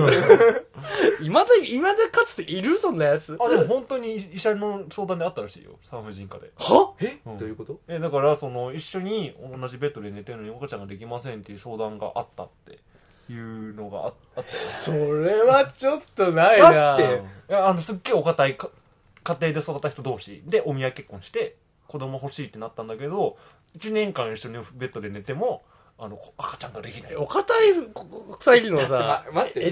いまだ、いまだかつているそんなやつ。あ、でも本当に医者の相談であったらしいよ。産婦人科で。はえうんどういうことえ、だから、その、一緒に同じベッドで寝てるのに赤ちゃんができませんっていう相談があったっていうのがああって。それはちょっとないだなっていや、あの、すっげえお堅いか家庭で育った人同士でお見合い結婚して、子供欲しいってなったんだけど1年間一緒にベッドで寝てもあのこ赤ちゃんができないお堅い二人のさだってま待ってえ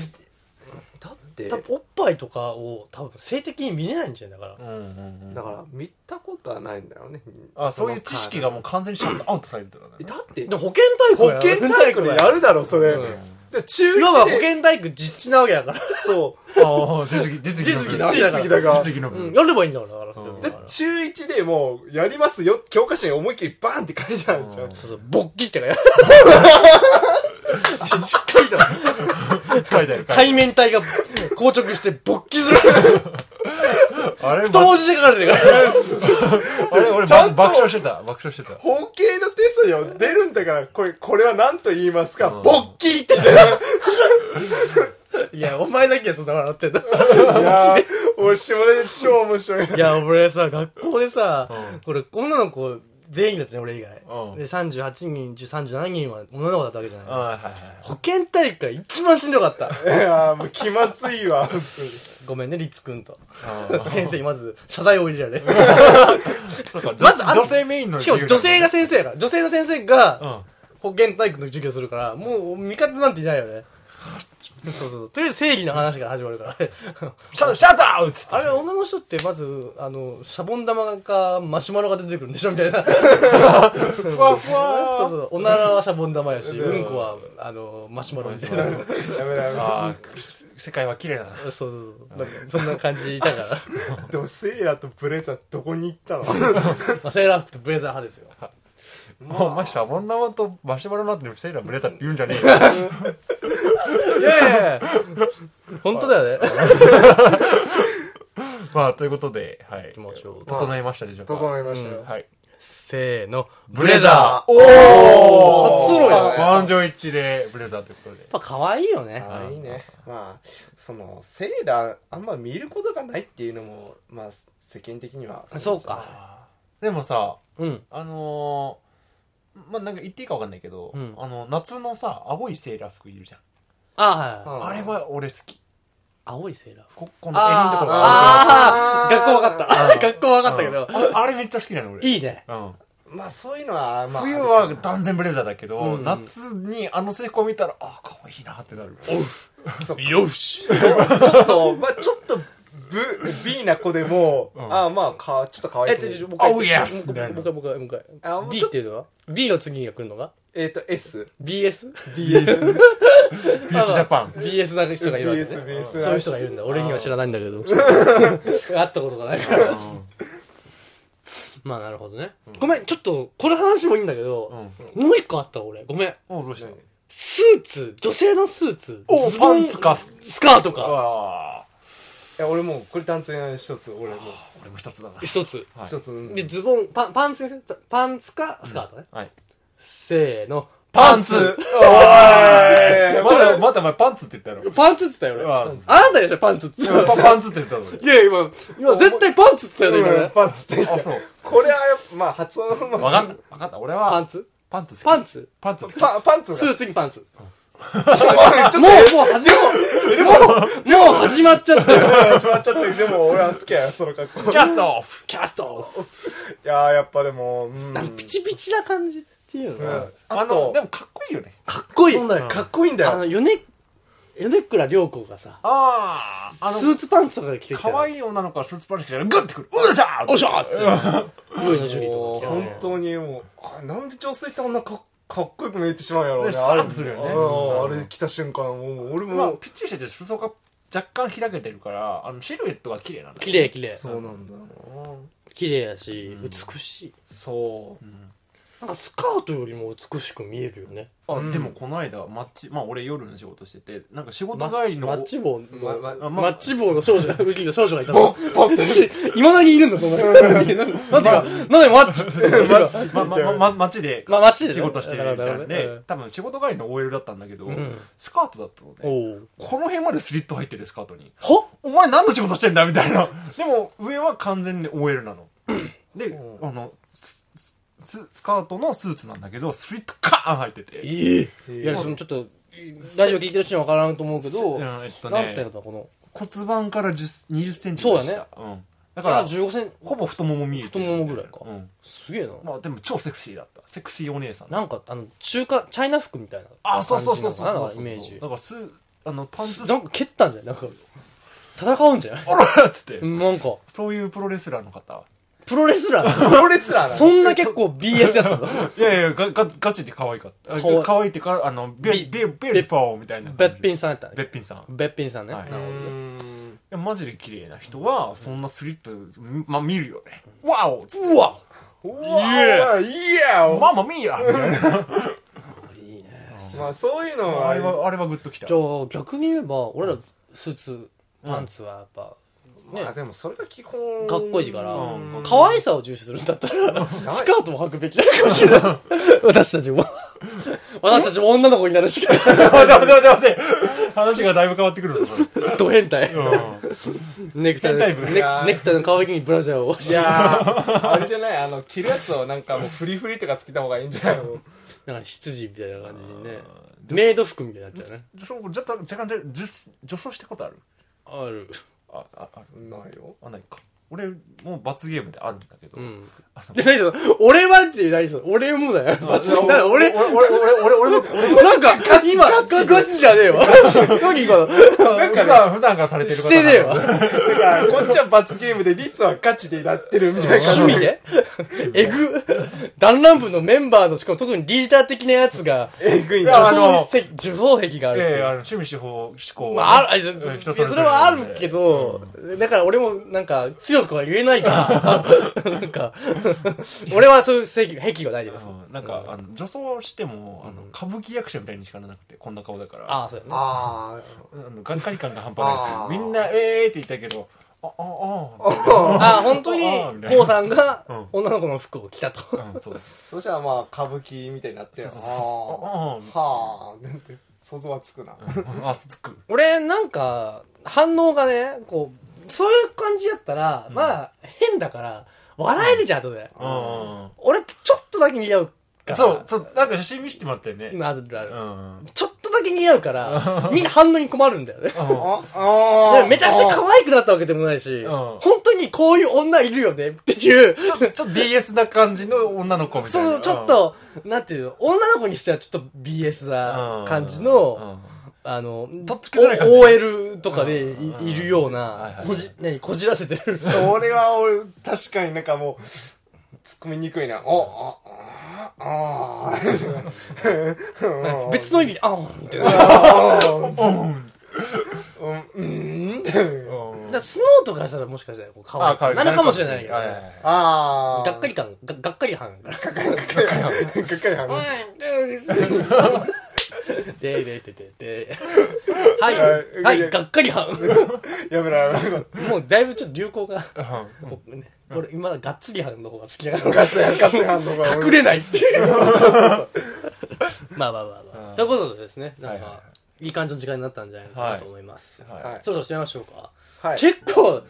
だって多分おっぱいとかを多分性的に見れないんじゃないだからうんうんうんだから見たことはないんだよねあそういう知識がもう完全にシャットアウトされてるからねだってでも保健体育保はやる健体育でやるだろそれ、うんで中今は1保で健体育実地なわけだからそ ああ実技実実技技だのけ実技だから実技のうん、分やればいいんだからだから、うんうでだからそう中1でもうやりますよ教科書に思いっきりバーンって書いてあるじゃん、うんそう勃起ってかやしっかりだ書いてある書い海面体が硬直して勃起するてあるあれ太文字で書かれてるからあれ俺ちゃんばと爆笑してた爆笑してた法系のテストには出るんだからこれこれは何と言いますか、うん勃起って いやお前だけそんな笑 ってんだいやー、俺、下ネタ超面白い。いや俺さ学校でさ、うんこれ女の子全員だったね俺以外、うんで38人中37人は女の子だったわけじゃない、あはいはい保健体育が一番しんどかったいやー、もう気まずいわ、普通に。ごめんね律くんとはいあ先生にまず謝罪を入れられーそうかまずあの女性メインのしかも女性が先生やから女性の先生が、うん保健体育の授業するから、もう味方なんていないよね。そうそう。とりあえず正義の話から始まるからね。シャシャッターっつってあれ、女の人ってまず、あの、シャボン玉かマシュマロが出てくるんでしょみたいな。ふわふわそうそう。おならはシャボン玉やし、うんこは、あの、マシュマロみたいな。そうやめろやあー世界は綺麗だなそうそう。なんか、そんな感じだ から。めろ。でも、セイラとブレザーどこに行ったのまあ、セーラー服とブレザー派ですよ。まあ、お前シャボン玉とマシュマロなんてセイラブレたって言うんじゃねえよ。いやいやいや本当だよね。 まあ、ということで、はい。きましょう整いましたでしょうか。整いましたよ。はい。せーの。ブレザーお初露やーそうね満場一致でブレザーということで。やっぱ可愛いよね。ああ、いいね。まあ、その、セイラ、あんま見ることがないっていうのも、まあ、世間的には。そう。か。でもさ、うん。あのー、まあ、なんか言っていいかわかんないけど、うんあの、夏のさ、青いセーラー服いるじゃん。あーはい。ああれは俺好き。青いセーラー服こ、この襟のところあーああーー学校分かった。学校分かったけど。ど。ああれめっちゃ好きなの俺。いいね。うん。まあ、そういうのは、まあ。冬あはるか断然ブレザーだけど、うん夏にあの制服を見たら、ああ、可愛いなってなる。そうよしちょっと、まあ、ちょっと、ブ、B な子でも、んああ、まあ、か、ちょっと可愛えいっとと、思う。ちょもう一回。 Oh yes! もうみたい な一回、もう一回、もう一回あももうう一回。B ちょっていうのは ?B の次が来るのがえっと、S。 ?BS? BS。ピースジャパン。 BS な人がいるわけね。 BS うん BS そういう人がいるんだ。俺には知らないんだけど。会ったことがないから。まあ、なるほどね。ごめん、ちょっと、この話もいいんだけうど、ん。もう一個あったわ俺。ごめん。おうどうしたスーツ、女性のスーツ。おズボパンツかスカートか。ああ。いや、俺もう、これ断然一つ、俺も俺も一つだな。一つ。はい一つ。うんで、ズボン、パン、パンツにせ、パンツかスカートね。はい。せーの。パンツおいまだ、まだお前パンツって言ったやパンツって言ったよ、ろ。あ俺。あなたでしょ、パンツって。いあパパンツって言ったぞ。や、今、今絶対パンツって言ったよね、今ね。パンツって言っあ、たそう。これはやっぱ、まあ、発音のわかった。わかった。俺は、パンツパンツ好き。パンツパンツ好き。パパンツがスーツにパンツ。もちう、もょっう始まっもう、もう始まっちゃったよ。とちょっと待ってでも俺は好きやよその格 好いキャストオフキャストオフやーやっぱでもうんなんかピチピチな感じっていうのうがんああの、とでもかっこいいよね。かっこいい。そうだよかっこいいんだあの、よ米、米倉涼子がさ、ああ。あスの、ーツパンツとかで着てきた。可い。愛い女の子はスーツパンツ着たらグッてくる。うるさおっしゃーっつって。ルイのジュリーもとうか着て本当にもうあなんで女性ってあんなかかっこよく見えてしまうんやろうねねあされらっとするよねうんうんあれ来た瞬間もう俺まあ、もピッチリしてて、裾が若干開けてるから、あの、シルエットが綺麗なんだよ綺。麗綺麗。そうなんだよな綺麗やし、美しい。そうなんかスカートよりも美しく見えるよね。あ、うんでもこの間、マッチ、まあ俺夜の仕事してて、なんか仕事帰りの、マッチ棒の、ままあまマッチ棒の少女が、ウキの少女がいたボの。ッボッて いまだにいるんだ、そんな。なんでなんでか、なんでマッチって言ってるの。ま、ま、ま、ま、街で、まあ、マッチでね仕事してるみたいななるほんどねうでん、多分仕事帰りの OL だったんだけどん、スカートだったのおで、うこの辺までスリット入ってて、スカートに。はお前何の仕事してんだみたいな。でも、上は完全に OL なの。で、あの、ス、スススカートのスーツなんだけど、スリットカーン入ってて。ええ。いや、そのちょっと、ラジオ聞いてる人には分からんと思うけど、うんなんえっとつったんやねっ、たこの。骨盤から10 20センチぐらいそうだね下。うん。だかからら15センほぼ太もも見えて太ももぐらいかうんすげえな、まあでも超セクシーだったセクシーお姉さんなんかあの中華チャイナ服みたいなあそうそうそうそう感じなのそうかなイメージだからすあのパンツなんか蹴ったんじゃないなんか戦うんじゃないあらっつって、うんなんかそういうプロレスラーの方プロレスラープロレスラーなそんな結構 BS やったんだいやいやががガチで可愛かったあ可愛い可愛いってからあのベビベベリパオみたいなべっぴんんさんやったねべっぴんさんいべっぴんさんね、はいなるうほどねんやマジで綺麗な人はそんなスリットまあ見るよねワオうわうわいやママミー ヤみたいないいねまあそういうのはあれはあれはグッときたじゃあ逆に言えば俺らスーツパンツはやっぱ、ねまあでもそれが基本かっこいいからうん可愛さを重視するんだったら、いスカートも履くべきなのかもしれない。私たちも。私たちも女の子になるしかない。 待って待って待って話がだいぶ変わってくる ぞこれド変態。うネクタイの、ネ変態部クいやーネクタイの可愛げにブラジャーをしいやーあれじゃないあの着るやつをなんかもうフリフリとかつけた方がいいんじゃないのなんか羊みたいな感じにね。メイド服みたいになっちゃうね。んそう若干若干じゃじゅ女装したことあるある。あああるないよあないか俺もう罰ゲームであるんだけうど、んあそ。で、何その俺はっていう、何その俺もだよ。罰に なる俺、俺俺俺俺俺俺なんか、今、ガチじゃねえわ。何今の。普段普段からされてる方してねえわ。だからこっちは罰ゲームで率はガチでなってるみたいな趣味でえぐ。弾丸部のメンバーの、しかも特にリーダー的なやつが、えぐいいやなあの受動癖があるってえいうえあの趣味嗜好思考まあ、あるああじゃんい人やそれぞれそれはあるけど、だから俺もなんか強くは言えないから、 なんか、俺はそういう癖癖がないです。うんなんか、あの女装してもあの歌舞伎役者みたいにしかならなくてこんな顔だからああ、そうやね。ああのがっかり感が半端あーないみんな「ええー」って言ったけど「あああああああ、本当にああみたい、なこうさんがうん女の子の服を着たと。うんそうですそしたらまあ歌舞伎みたいになってそうそうそうはああはあなんて想像はつくなあうんあつく俺、なんか、反応がね、こう、そういう感じやったら、まあ、変だから、笑えるじゃん、後で。うん俺、ちょっとだけ似合うから。そうそうなんか写真見せてもらったよね今あるあうる。んちょっとだけ似合うから、みんな反応に困るんだよね。ああでめちゃくちゃわ可愛くなったわけでもないし、ん本当にこういう女いるよねっていう、ちょっとちょっと BS な感じの女の子みたいなそう、ちょっと、なんていうの、女の子にしてはちょっと BS うんな感じうんの、あの、とっつきづらい感じお OL とかでうんうんいいるようはいなは、いこじ、何、こじらせてる。それは俺確かになんかもう突っ込みにくいなおあああ あなんか別の意味で、あーみたいな。だかうんうんらスノーとかしたらもしかしたらこう可あ愛可愛い。いなのかもしれないけどはいはいね。はいああがっかり感、ががっかり犯。がっかりはねででででで。はい、はい、がっかり犯。やめろやめろもうだいぶちょっと流行が。うん僕ね、俺、今だがっつり犯の方が好きだから、ガスやガスやんのが隠れないっていう。まあまあまあまうあ。んということでですね、なんはいはいはか、いい感じの時間になったんじゃないかなと思います。はそろそろ締めましょうか。はい結構、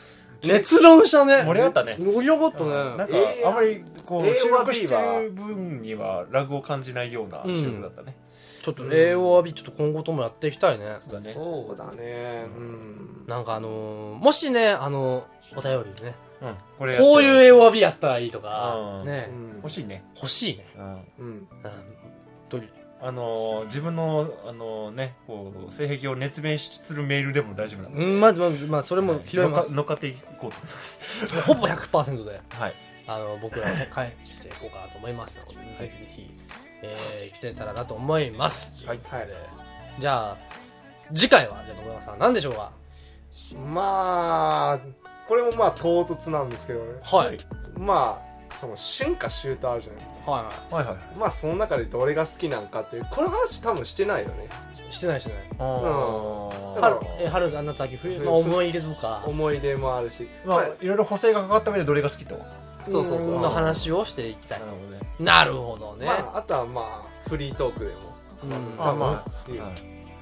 熱論したね。盛り上がったね盛り上がったね。い。なんか A、あまり、こう、 A 収は録 B しはてる分には、ラグを感じないような収録だったね。ちょっと AORB ちょっと今後ともやっていきたいね。そうだね。そうだねうんなんかあのー、もしね、あのー、お便りね、うん。これ、こうう、いう AORB やったらいいとかう、んねう、ん欲しいね。欲しいね。うん。うんうんどれあのー、自分の、あのー、ね、こう、性癖を熱弁するメールでも大丈夫なの。うん、まあ、まあ、まあ、それも拾い ます乗。っか乗っかっていこうと思います。ほぼ100%で。はい。あの僕らも回避していこうかなと思いますので、ぜひぜひ、えー来てたらなと思います。はいはいじゃあ、次回は、じゃあ、野村さん、何でしょうかまあこれもまあ唐突なんですけどねはい。ははいい、まあその春夏秋冬あるじゃないははいはい。まあその中でどれが好きなんかっていうこの話多分してないよねい。してないしてない。あーだから春、えー春、夏、秋、冬、まあ、冬思い出と か、思い出もあるしまあ、いろいろ補正がかかった上でどれが好きと。なそうそうそう、うんの話をしていきたいる。ほどね。なるほどね。まああとはまあフリートークでもうんあ多分ま好きはい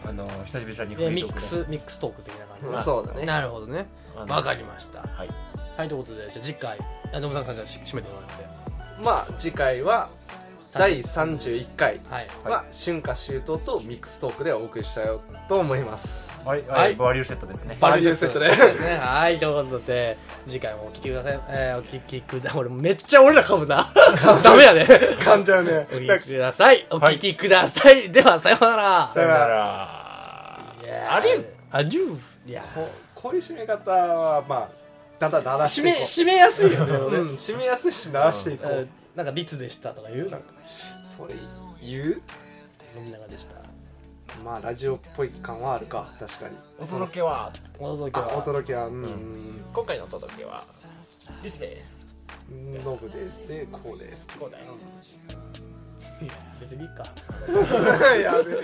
あのー、久々にえーフリミートークでック。ス、ミックストーク的な感じうんでそうだねなるほどね。あのわかりました。はい。はい、ということで、じゃあ次回、あ野村さん、じゃあし締めてもらって。まあ次回は第31回はい。は春夏秋冬とミックストークでお送りしたいと思いますはい、ははいい、バリューセットですね。バリューセットねですね。はい、ということで、次回もお聞きください。えー、お聞きくだ、俺めっちゃ俺ら噛むな。ダメやね。噛んじゃうねお聞きください。お聞きください。では、さようなら。さよならら。いやーアデューアデューいやここういう締め方はまあだんだん鳴らし締てめいこう締めやすいよね うん、締めやすいし鳴らしていこう、うんなんか律でしたとか言うなんかそれ言う飲みながらでしたまあラジオっぽい感はあるか確かにお届けは、お届けあおは届けはうん、うん今回のお届けは律ですノブですでこうですこうだよ 別にいいかやべやる